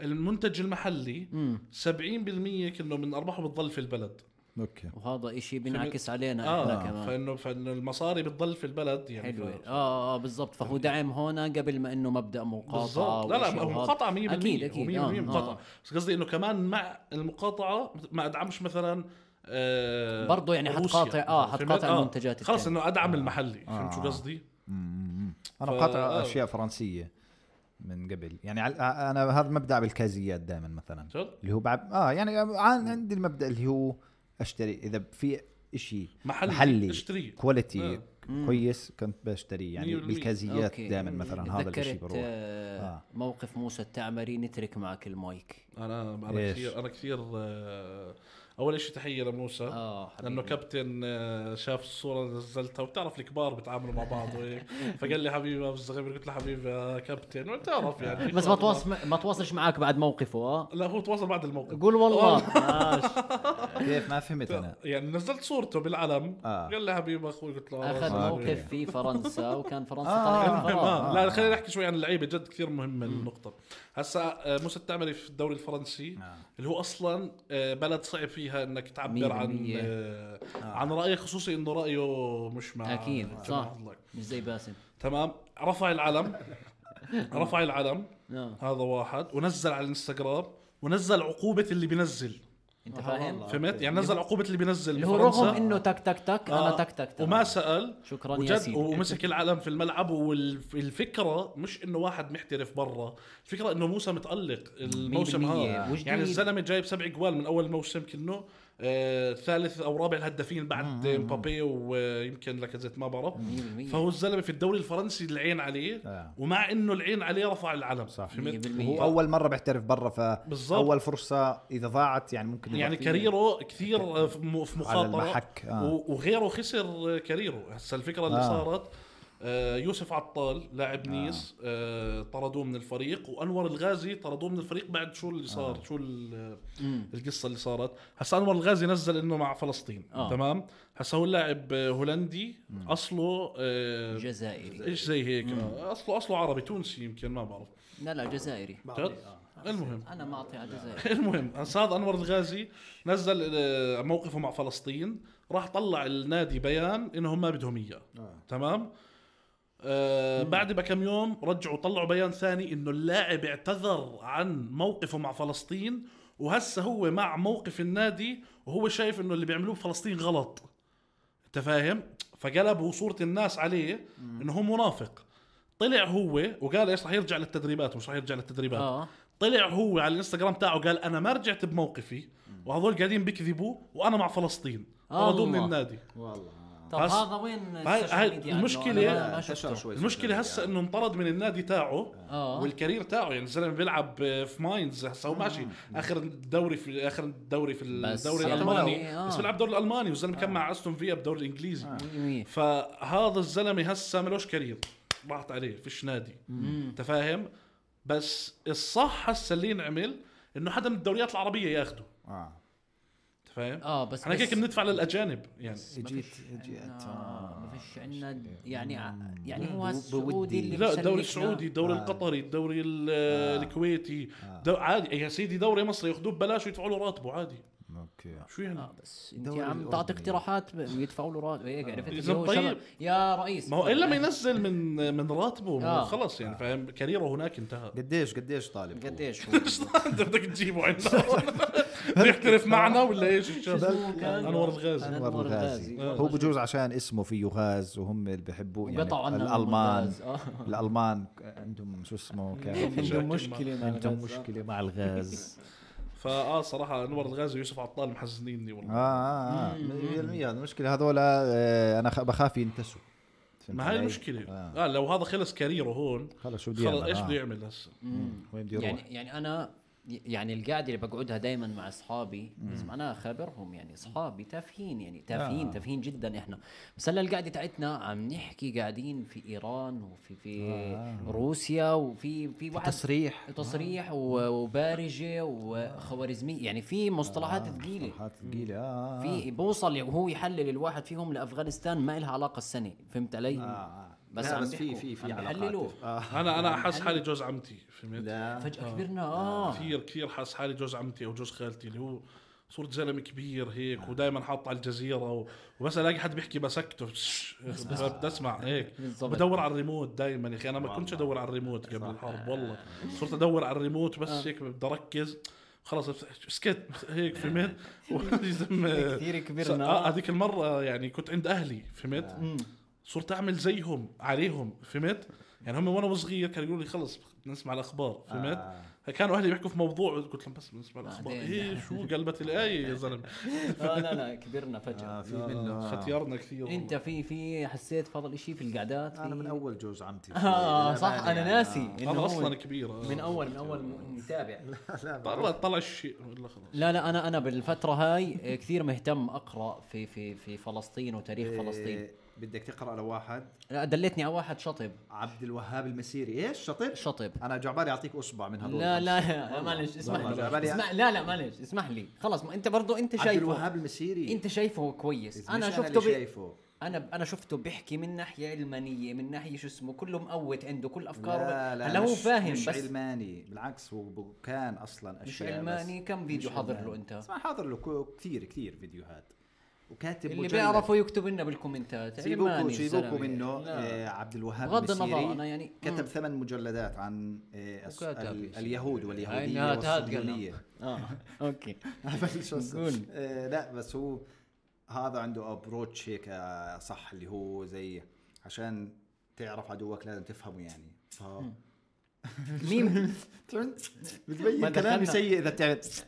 C: المنتج المحلي
B: امم
C: 70% كنه من ارباحه بتضل في البلد
A: اوكي
B: وهذا إشي بينعكس علينا احنا
C: اه
B: كمان
C: فانه فانه المصاري بتضل في البلد يعني
B: حلوه
C: ف-
B: اه اه بالضبط فهو دعم هون قبل ما انه مبدا مقاطعه
C: بالضبط لا لا
B: وإشي
C: هو
B: وهذا.
C: مقاطعة 100%
B: اكيد
C: هو
B: اكيد
C: 100%
B: آه،
C: مقاطعة
B: آه.
C: بس قصدي انه كمان مع المقاطعة ما ادعمش مثلا آه
B: برضو يعني
C: روسيا.
B: حتقاطع- آه،
C: فهمت؟
B: حتقاطع
C: آه،
B: المنتجات
C: خلص
B: التانية.
C: انه ادعم المحلي فهمت شو
A: آه.
C: قصدي؟
A: مم. انا
C: ف-
A: مقاطع
C: آه.
A: اشياء فرنسيه من قبل يعني على- انا هذا المبدا بالكازيات دائما مثلا
C: جد؟
A: اللي هو بعد اه يعني عن- عندي المبدا اللي هو اشتري اذا في شيء
C: محلي،
A: محلي
C: اشتريه.
A: كواليتي
C: آه.
A: كويس كنت بشتريه يعني
C: 100%.
A: بالكازيات
B: أوكي.
A: دائما مثلا آه، هذا الشيء
B: تذكرت
A: بروح
B: آه.
A: آه.
B: موقف موسى التعمري نترك معك المايك
C: انا انا
A: إيش؟
C: كثير انا كثير آه اول شيء تحية لموسى
B: آه، حبيبي.
C: لانه كابتن آه شاف الصورة اللي نزلتها وبتعرف الكبار بيتعاملوا مع بعض وهيك فقال لي حبيبي أبو الصغير قلت له حبيبي يا كابتن وبتعرف يعني
B: بس ما تواصل ما تواصلش معك بعد موقفه اه
C: لا هو تواصل بعد الموقف
B: قول والله ماشي.
A: كيف ما فهمت انا
C: يعني نزلت صورته بالعلم
A: آه.
C: قال لي حبيبي اخوي قلت له
B: اخذ
C: آه.
B: موقف في فرنسا وكان فرنسا
A: آه.
B: طالعه
C: المهم
B: بالقرار.
C: آه. لا خلينا نحكي شوي عن اللعيبه جد كثير مهمه النقطه هسا آه، موسى التعمري في الدوري الفرنسي آه. اللي هو اصلا آه، بلد صعب فيها انك
B: مية
C: تعبر عن
B: بالمية.
C: آه. عن رايك خصوصي انه رايه مش مع
B: أكيد،
C: جماعة
B: صح.
C: الله.
B: مش زي باسم
C: تمام رفع العلم رفع العلم
B: آه.
C: هذا واحد ونزل على الانستغرام ونزل عقوبه اللي بينزل
B: انت فاهم
C: فهمت يعني نزل عقوبه اللي بينزل
B: اللي هو
C: بفرنسا.
B: رغم انه تك تك تك انا
C: آه،
B: تك تك تك
C: وما سال
B: شكراً يا
C: وجد
B: سيدي.
C: ومسك العالم في الملعب والفكره مش انه واحد محترف برا الفكره انه موسى متالق الموسم
B: 100%
C: هذا
B: وجديد.
C: يعني الزلمه جايب سبع جوال من اول موسم كنه آه ثالث او رابع الهدافين بعد مبابي ويمكن لكزت ما بعرف
B: 100%.
C: فهو الزلمه في الدوري الفرنسي العين عليه
A: آه.
C: ومع انه العين عليه رفع العلم
A: صح.
C: فهمت
B: 100%.
A: هو اول مره بيحترف برا
C: بالضبط.
A: فاول فرصه اذا ضاعت يعني ممكن
C: يعني
A: يضيع فيها.
C: كاريره كثير في م- في
A: على
C: مخاطره
A: المحك آه.
C: و- وغيره خسر كاريره هسا الفكره اللي
A: آه.
C: صارت آه، يوسف عطال لاعب نيس آه، طردوه من الفريق وانور الغازي طردوه من الفريق بعد شو
A: آه.
C: اللي صار شو ال- القصه اللي صارت هسا انور الغازي نزل انه مع فلسطين
B: آه.
C: تمام هسا هو لاعب آه، هولندي اصله آه،
B: جزائري
C: ايش زي هيك آه، اصله اصله عربي تونسي يمكن ما بعرف
B: لا لا جزائري
A: آه.
C: جد؟ المهم
B: انا ما اعطي على جزائري
C: المهم هذا انور الغازي نزل آه، موقفه مع فلسطين راح طلع النادي بيان انهم ما بدهم اياه تمام آه بعد بكم يوم رجعوا طلعوا بيان ثاني انه اللاعب اعتذر عن موقفه مع فلسطين وهسه هو مع موقف النادي وهو شايف انه اللي بيعملوه بفلسطين غلط انت فاهم فقلبوا صوره الناس عليه انه هو منافق طلع هو وقال ايش رح يرجع للتدريبات مش رح يرجع للتدريبات
B: اه
C: طلع هو على الانستغرام تاعه قال انا ما رجعت بموقفي وهذول قاعدين بيكذبوا وانا مع فلسطين
B: الله.
C: طردوه من النادي
A: والله
B: طب
C: هس-
B: هذا وين
C: هاي-
B: السوشيال
C: هاي
B: ميديا عنه؟
C: المشكلة-
B: أنا ما- ما
A: انتشر
B: شفته.
A: شوي
C: المشكله هسه انه انطرد من النادي تاعه
B: يعني. آه.
C: والكارير تاعه يعني الزلمه بيلعب في ماينز هسه هو ماشي اخر دوري في اخر دوري في
B: آه. بس آه.
C: الدوري
B: يعني
C: الالماني
B: آه.
C: بس بيلعب دوري الالماني والزلمه كان مع استون فيا بالدوري الانجليزي
B: مية.
C: فهذا الزلمه هسه ملوش كارير راحت عليه فيش نادي انت فاهم بس الصح هسه اللي ينعمل انه حدا من الدوريات العربيه ياخده
A: اه
C: انت فاهم
B: اه بس
C: احنا
B: بس-
C: هيك بندفع للاجانب يعني
B: ما
A: اجيت
B: فيش
A: اجيت
B: عنا-
A: آه.
B: ما فيش عندنا يعني يعني هو
A: بودي.
B: السعودي اللي
C: لا
B: بيسلكنا.
C: الدوري السعودي الدوري القطري الدوري ال- الكويتي دو عادي يا سيدي دوري مصري ياخذوه ببلاش ويدفعوا له راتبه عادي
A: اوكي
C: شو يعني
B: آه، بس انت
A: الدوري
B: عم
A: الأردني.
B: تعطي اقتراحات ويدفعوا له راتب هيك عرفت
C: إذا
B: اللي هو
C: طيب.
B: شغل- يا رئيس
C: ما هو الا ما ينزل من من راتبه ما هو
B: آه.
C: خلص يعني فاهم كاريره هناك انتهى
A: قديش قديش طالب هو؟
B: قديش هو؟
C: انت بدك تجيبه عندنا بيحترف معنا ولا ايش الشاب؟
B: اسمه كان؟
C: أنور الغازي.
A: انور الغازي هو بجوز عشان اسمه فيه غاز وهم اللي بيحبوه يعني
B: انقطع عنا أنور
A: الالمان
B: الغاز، آه.
A: الالمان عندهم شو اسمه كان
C: عندهم
B: مشكلة يعني، مع
A: عندهم
B: الغاز.
A: مشكله مع الغاز
C: فاه صراحه انور الغازي ويوسف عطال محزنيني والله
A: اه اه 100% المشكله هذول آه، انا خ- بخاف ينتسوا فهمت
C: ما هاي
A: علي؟
C: المشكله
A: آه.
C: اه لو هذا خلص كاريره هون
A: خلص شو بده
C: خلص
A: يعمل
C: ايش
A: آه.
C: بده يعمل هسه
A: وين بده يروح
B: يعني يعني انا يعني القعده اللي بقعدها دائما مع اصحابي لازم انا خابرهم يعني اصحابي تافهين يعني تافهين
A: آه.
B: تافهين جدا احنا بس هلا القعده تاعتنا عم نحكي قاعدين في ايران وفي في
A: آه.
B: روسيا وفي في واحد
A: تصريح
B: تصريح و- وبارجه وخوارزمي يعني في مصطلحات ثقيله
A: حالات ثقيله اه آه.
B: في بوصل وهو يحلل الواحد فيهم لافغانستان ما لها علاقه السنه فهمت علي؟
A: آه.
B: بس
A: لا،
B: عم
A: بس في
B: بيحكوا،
A: في في
B: عم
A: علاقات
B: بيحللوه.
A: آه.
C: انا انا احس حالي جوز عمتي فهمت
A: لا
B: فجاه كبرنا
A: آه.
B: اه
C: كثير كثير حاس حالي جوز عمتي او جوز خالتي اللي هو صرت زلمه كبير
B: آه.
C: هيك ودائما حاط على الجزيره و... وبس الاقي حد بيحكي بسكته بس بدي اسمع هيك
B: بالضبط.
C: بدور على الريموت دائما يا اخي انا ما كنتش ادور على الريموت قبل
B: آه.
C: الحرب والله صرت ادور على الريموت بس هيك بدي اركز خلص بس- سكت هيك فهمت ولازم-
B: كثير كبرنا.
A: آه.
B: آه.
C: اه هذيك المره يعني كنت عند اهلي فهمت صرت اعمل زيهم عليهم فهمت يعني هم وانا صغير كانوا يقولوا لي خلص نسمع الاخبار فهمت
B: آه.
C: كانوا اهلي بيحكوا في موضوع قلت لهم بس بنسمع الاخبار
B: بعدين. يعني.
C: ايه شو قلبت الايه يا زلمه
B: آه، لا لا كبرنا فجاه
A: آه، في منه
C: ختيارنا كثير
B: انت في في حسيت فضل شيء في القعدات في-
A: انا من اول جوز عمتي يعني.
B: اه صح انا ناسي انه
C: انا
B: هو
C: اصلا كبير آه.
B: من اول من اول م- متابع
C: طلع طلع الشيء ولا خلاص
B: لا لا انا انا بالفتره هاي كثير مهتم اقرا في في في فلسطين وتاريخ فلسطين
A: إيه، بدك تقرا لواحد
B: لا دلتني على واحد شطب
A: عبد الوهاب المسيري ايش شطب
B: شطب
A: انا جعبالي اعطيك اصبع من هذول
B: لا لا
A: الخمسة.
B: لا معلش اسمح
A: والله جابالي-
B: لي اسمح لا لا معلش اسمح لي خلاص ما انت برضو انت
A: عبد
B: شايفه
A: الوهاب المسيري
B: انت شايفه كويس
A: إذ
B: انا
A: مش
B: شفته
A: اللي
B: بي...
A: شايفه
B: انا انا شفته بيحكي من ناحيه علمانيه من ناحيه شو اسمه كله مقوت عنده كل افكاره
A: لا لا
B: هلا هو
A: مش-
B: فاهم
A: مش
B: بس
A: علماني بالعكس هو ب- كان اصلا
B: مش
A: اشياء بس
B: علماني كم فيديو
A: مش
B: حاضر
A: علماني.
B: له انت
A: بس ما حاضر له كو- كثير كثير فيديوهات وكاتب
B: اللي
A: مجلد.
B: بيعرفوا يكتب لنا بالكومنتات
A: سيبوكو
B: علماني
A: سيبوكو
B: الزلمة.
A: منه
B: لا.
A: آه عبد الوهاب
B: بغض
A: المسيري
B: النظر أنا يعني-
A: كتب
B: مم.
A: ثمان مجلدات عن آه الس-
B: وكاتب
A: ال-
B: يصير.
A: اليهود
B: هاي
A: واليهوديه
B: إنها تهاد قلنا.
A: والصهيونيه
B: اه
A: آه،
B: اوكي
A: بس شو اسمه؟
B: قول.
A: آه، لا بس هو هذا عنده ابروتش هيك آه، صح اللي هو زي عشان تعرف عدوك لازم تفهمه يعني ف
B: مين ما
A: بتبين
B: دخلنا.
A: كلامي سيء اذا تعبت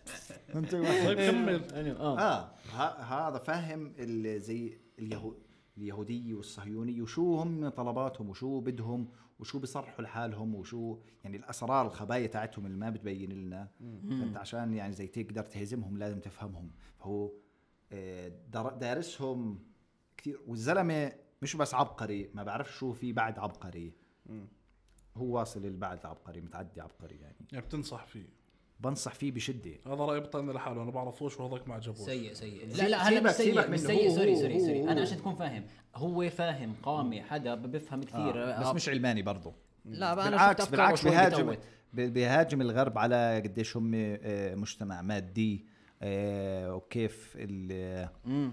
A: انت واحد.
C: طيب كمل
B: أيوة، اه
A: اه ه- هذا فاهم ال- زي اليهو اليهودية والصهيونية وشو هم طلباتهم وشو بدهم وشو بيصرحوا لحالهم وشو يعني الأسرار الخبايا تاعتهم اللي ما بتبين لنا فأنت عشان يعني زي تقدر تهزمهم لازم تفهمهم فهو آه، در- دارسهم كثير والزلمة مش بس عبقري ما بعرف شو في بعد عبقري هو واصل للبعد عبقري متعدي عبقري يعني
C: يعني بتنصح فيه
A: بنصح فيه بشدة
C: هذا راي بطلنا لحاله انا بعرفوش وهذاك ما عجبوش
B: سيء سيء
A: سيبك-
B: لا لا هلا مش
A: سيبك- سيبك منه.
B: سيء مش سيء
A: هو-
B: سوري
A: هو-
B: سوري
A: هو-
B: سوري
A: هو-
B: انا عشان تكون فاهم هو فاهم قامي حدا بفهم كثير
A: آه،
B: آه،
A: بس مش علماني برضه
B: لا بقى انا شفت
A: بالعكس
B: افكاره
A: بالعكس
B: شوي
A: بيهاجم
B: بتوت.
A: بي- بيهاجم الغرب على قديش هم آه، مجتمع مادي آه، وكيف ال-
B: مم.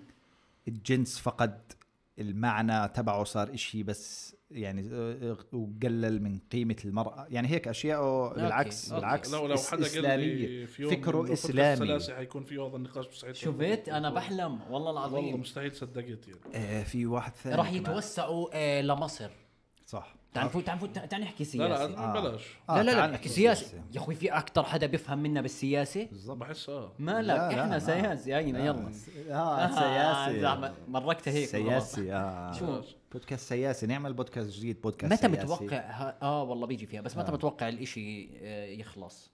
A: الجنس فقد المعنى تبعه صار إشي بس يعني آه، وقلل من قيمة المرأة يعني هيك أشياء بالعكس
B: أوكي.
A: بالعكس
C: لو لو
A: إس-
C: حدا قال لي
A: إسلامية
C: في يوم
A: فكره إسلامي
C: سلاسي حيكون في هذا النقاش مستحيل
B: شفت انا بحلم والله
C: والله
B: العظيم
C: مستحيل صدقت يعني
A: آه، في واحد ثاني
B: راح
A: كمان.
B: يتوسعوا آه، لمصر
A: صح
B: تعال نفوت تعال نفوت تعال نحكي
C: لا
B: سياسه لا
C: لا بلاش
A: آه،
B: لا لا,
A: تعال
B: لا,
A: نحكي
B: نحكي سياسه
A: سياسة.
B: يا اخوي في اكثر حدا بيفهم منا بالسياسه
C: بحس اه
B: مالك
A: لا، لا،
B: احنا
A: ما-
B: سياسي هينا يلا
A: اه
B: آه،
A: آه، سياسي
B: زعما مركتها هيك
A: سياسي اه
B: شو؟
A: بودكاست سياسي نعمل بودكاست جديد بودكاست
B: متى
A: سياسي.
B: متوقع ها- اه والله بيجي فيها
A: آه.
B: بس متى متوقع الاشي آه، يخلص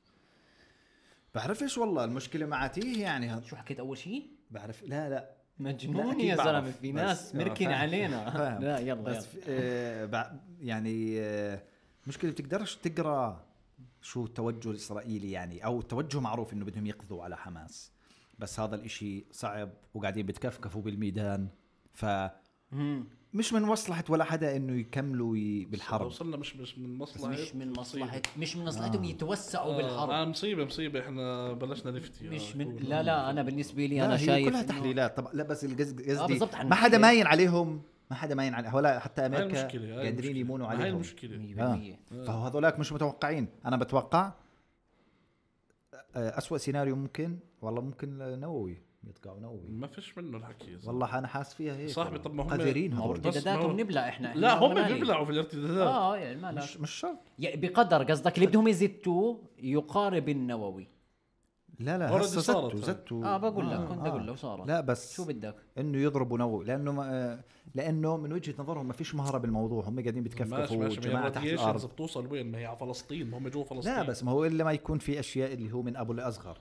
A: بعرفش والله المشكله معتي يعني هاد-
B: شو حكيت اول شيء
A: بعرف لا لا لا،
B: مجنون
A: أكيد
B: يا
A: بعرف.
B: زلمه في
A: بس-
B: ناس
A: آه،
B: مركن
A: فاهم.
B: علينا
A: فاهم.
B: لا يلا
A: بس
B: بس
A: في- آه بع- يعني آه مشكله بتقدرش تقرا شو التوجه الاسرائيلي يعني او التوجه معروف انه بدهم يقضوا على حماس بس هذا الاشي صعب وقاعدين بتكفكفوا بالميدان ف مش من مصلحه ولا حدا انه يكملوا ي- بالحرب
C: وصلنا مش مش من مصلحه
B: مش من مصلحه مش من مصلحتهم
A: آه.
B: يتوسعوا بالحرب
C: آه مصيبه مصيبه احنا بلشنا نفتي آه،
B: مش من لا لا انا بالنسبه لي
A: لا،
B: انا
A: هي
B: شايف
A: كلها
B: إنه- آه،
A: تحليلات طب لا بس القصد- قصدي
B: بالضبط، يعني عن
A: ما حدا
B: مشكلة.
A: ماين عليهم ما حدا ماين عليهم ولا حتى
C: هاي
A: امريكا
C: المشكله هاي
A: قادرين
C: المشكلة.
A: يمونوا
C: ما هاي
A: عليهم
C: المشكله
B: 100%
A: آه. فهو هذولاك مش متوقعين انا بتوقع آه، أسوأ سيناريو ممكن والله ممكن نووي يطقعوا نووي
C: ما فيش منه الحكي يا زلمة.
A: والله انا حاس فيها هيك
C: صاحبي، طب ما هم-
A: قذرين
B: ما هو
A: هذول
C: بس ما هو-
B: ارتداداتهم نبلع احنا إحنا
C: لا هم
B: مالي.
C: بيبلعوا في
A: آه.
C: الارتدادات
B: اه يعني مالك
A: مش مش شرط
B: يعني بقدر قصدك اللي بدهم يزتوه يقارب النووي
A: لا لا
C: already
A: هسه
C: صارت
A: زتوا
C: هاي.
A: زتوا
B: اه بقول لك كنت اقول لو صارت
A: آه. لا بس
B: شو بدك
A: انه يضربوا نووي لانه ما آه، لانه من وجهه نظرهم ما فيش مهره بالموضوع هم قاعدين
C: ماشي
A: بيتكفكفوا
C: ماشي
A: جماعه تحت الارض
C: الراديشنز بتوصل وين ما هي على فلسطين هم جوا فلسطين
A: لا بس ما هو الا ما يكون في اشياء اللي هو من ابو الاصغر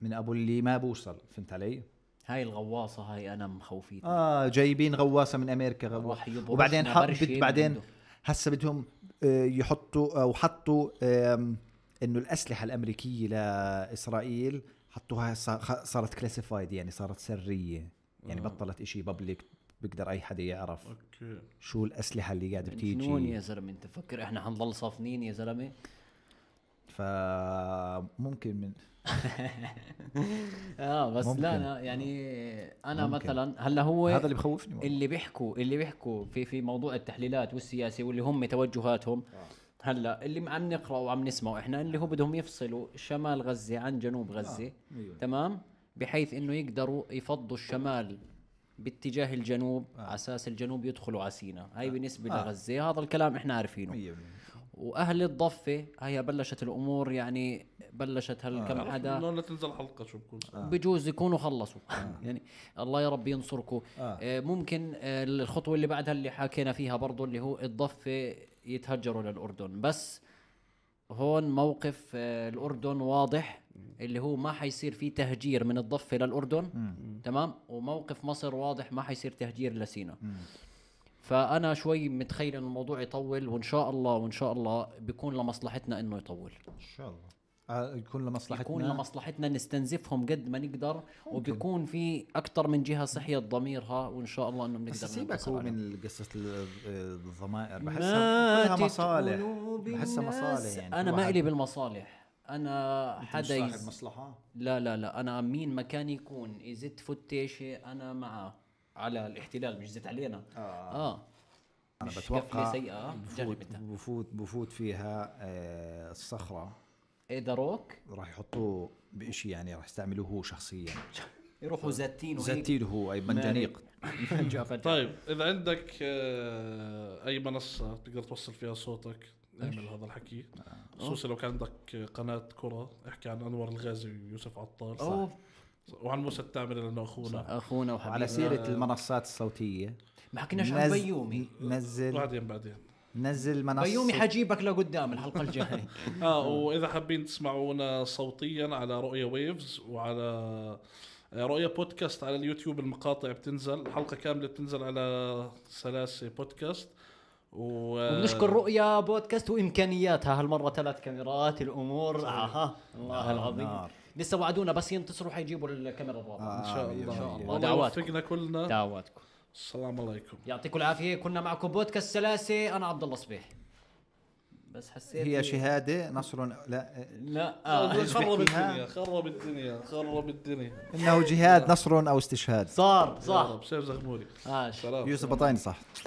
A: من ابو اللي ما بوصل فهمت علي؟
B: هاي الغواصه هاي انا مخوفيتها
A: اه جايبين غواصه من امريكا
B: راح
A: غواصه
B: يبرشنا
A: وبعدين حط
B: برشة من
A: بعدين
B: عنده.
A: هسه بدهم آه، يحطوا او حطوا آم، انه الاسلحه الامريكيه لاسرائيل حطوها صا- خ- صارت كلاسيفايد يعني صارت سريه
B: آه.
A: يعني بطلت إشي بابليك بيقدر اي حدا يعرف
C: اوكي
A: شو الاسلحه اللي قاعده
B: مجنون يا
A: بتيجي
B: زلمه انت فكر احنا حنضل صافنين يا زلمه
A: فممكن من
B: اه بس
A: ممكن.
B: لا لا يعني انا
A: ممكن.
B: مثلا هلا هو
A: هذا اللي بخوفني والله.
B: اللي بيحكوا اللي بيحكوا في في موضوع التحليلات والسياسه واللي هم توجهاتهم هلا اللي عم نقرا وعم نسمعه احنا اللي هو بدهم يفصلوا شمال غزه عن
A: آه.
B: جنوب غزه
A: مليون.
B: تمام بحيث انه يقدروا يفضوا الشمال باتجاه الجنوب على اساس الجنوب يدخلوا على سينا هاي بالنسبه
A: آه.
B: لغزه هذا الكلام احنا عارفينه
A: مية بالمية.
B: واهل الضفه هيا بلشت الامور يعني
A: آه.
B: بلشت هالكم
C: عرفت
B: حدا
C: إنه لا تنزل حلقه شو بكون
B: بجوز يكونوا خلصوا يعني الله يا رب ينصركم
A: آه.
B: آه. ممكن آه الخطوه اللي بعدها اللي حكينا فيها برضو اللي هو الضفه يتهجروا للاردن بس هون موقف آه الاردن واضح اللي هو ما حيصير في تهجير من الضفه للاردن تمام وموقف مصر واضح ما حيصير تهجير لسينا فانا شوي متخيل ان الموضوع يطول وان شاء الله وان شاء الله بيكون لمصلحتنا انه يطول
A: ان شاء الله آه، يكون لمصلحتنا
B: يكون لمصلحتنا نستنزفهم قد ما نقدر وبيكون في اكثر من جهه صحيت ضميرها وان شاء الله انه بنقدر
A: بس سيبك
B: ننتصر
A: هو
B: عليهم.
A: من قصة ال- الضمائر بحسها
B: ماتت
A: كلها مصالح
B: قلوب
A: بحسها
B: الناس.
A: مصالح يعني
B: انا
A: الواحد
B: ما الي بالمصالح انا
A: مش
B: حدا
A: صاحب
B: يز...
A: مصلحة
B: لا لا لا انا مين ما كان يكون يزت فتيشه انا معه على الاحتلال مش يزت علينا
A: آه.
B: اه
A: أنا
B: مش
A: بتوقع
B: قفلة سيئة جرب
A: بفوت
B: انت
A: بفوت بفوت فيها آه، الصخرة
B: اذا روك
A: راح يحطوه بشيء يعني راح يستعملوه هو شخصيا
B: يروحوا زتين وهيك.
A: زتيله هو أي منجنيق
B: فجأة فجأة
C: طيب اذا عندك آه، اي منصه تقدر توصل فيها صوتك اعمل هذا الحكي
A: آه.
C: خصوصا لو كان عندك قناه كره احكي عن انور الغازي ويوسف عطار
B: أوه.
C: وعن موسى التامري لانه اخونا
B: اخونا
A: على
B: وحبيبنا
A: سيرة المنصات الصوتية
B: آه. ما حكيناش عن
A: نز-
B: بيومي
A: نزل
C: بعدين بعدين
A: نزل منصة
B: بيومي حجيبك لقدام الحلقه الجايه
C: اه واذا حابين تسمعونا صوتيا على رؤيا ويفز وعلى آه، رؤيا بودكاست على اليوتيوب المقاطع بتنزل حلقه كامله بتنزل على سلاسه بودكاست و آه،
B: وبنشكر رؤيا بودكاست وامكانياتها هالمره ثلاث كاميرات الامور آها الله العظيم
A: نار.
B: لسه وعدونا بس ينتصروا حيجيبوا الكاميرا الرابعه
A: آه،
C: ان شاء
A: مية
C: الله ان شاء
A: مية.
C: الله والله
B: دعواتكم.
C: يوفقنا كلنا
B: دعواتكم
C: السلام عليكم
B: يعطيكم العافيه كنا معكم بودكاست سلاسه انا عبد الله صبيح بس حسيت
A: هي شهادة نصر لا
B: لا آه.
C: خرب
A: بحكيها.
C: الدنيا خرب الدنيا خرب الدنيا
A: إنه جهاد نصر أو استشهاد
B: صار
C: يا
B: صح
C: رب سيف زغموري
B: آه.
C: سلام
A: يوسف بطايني صح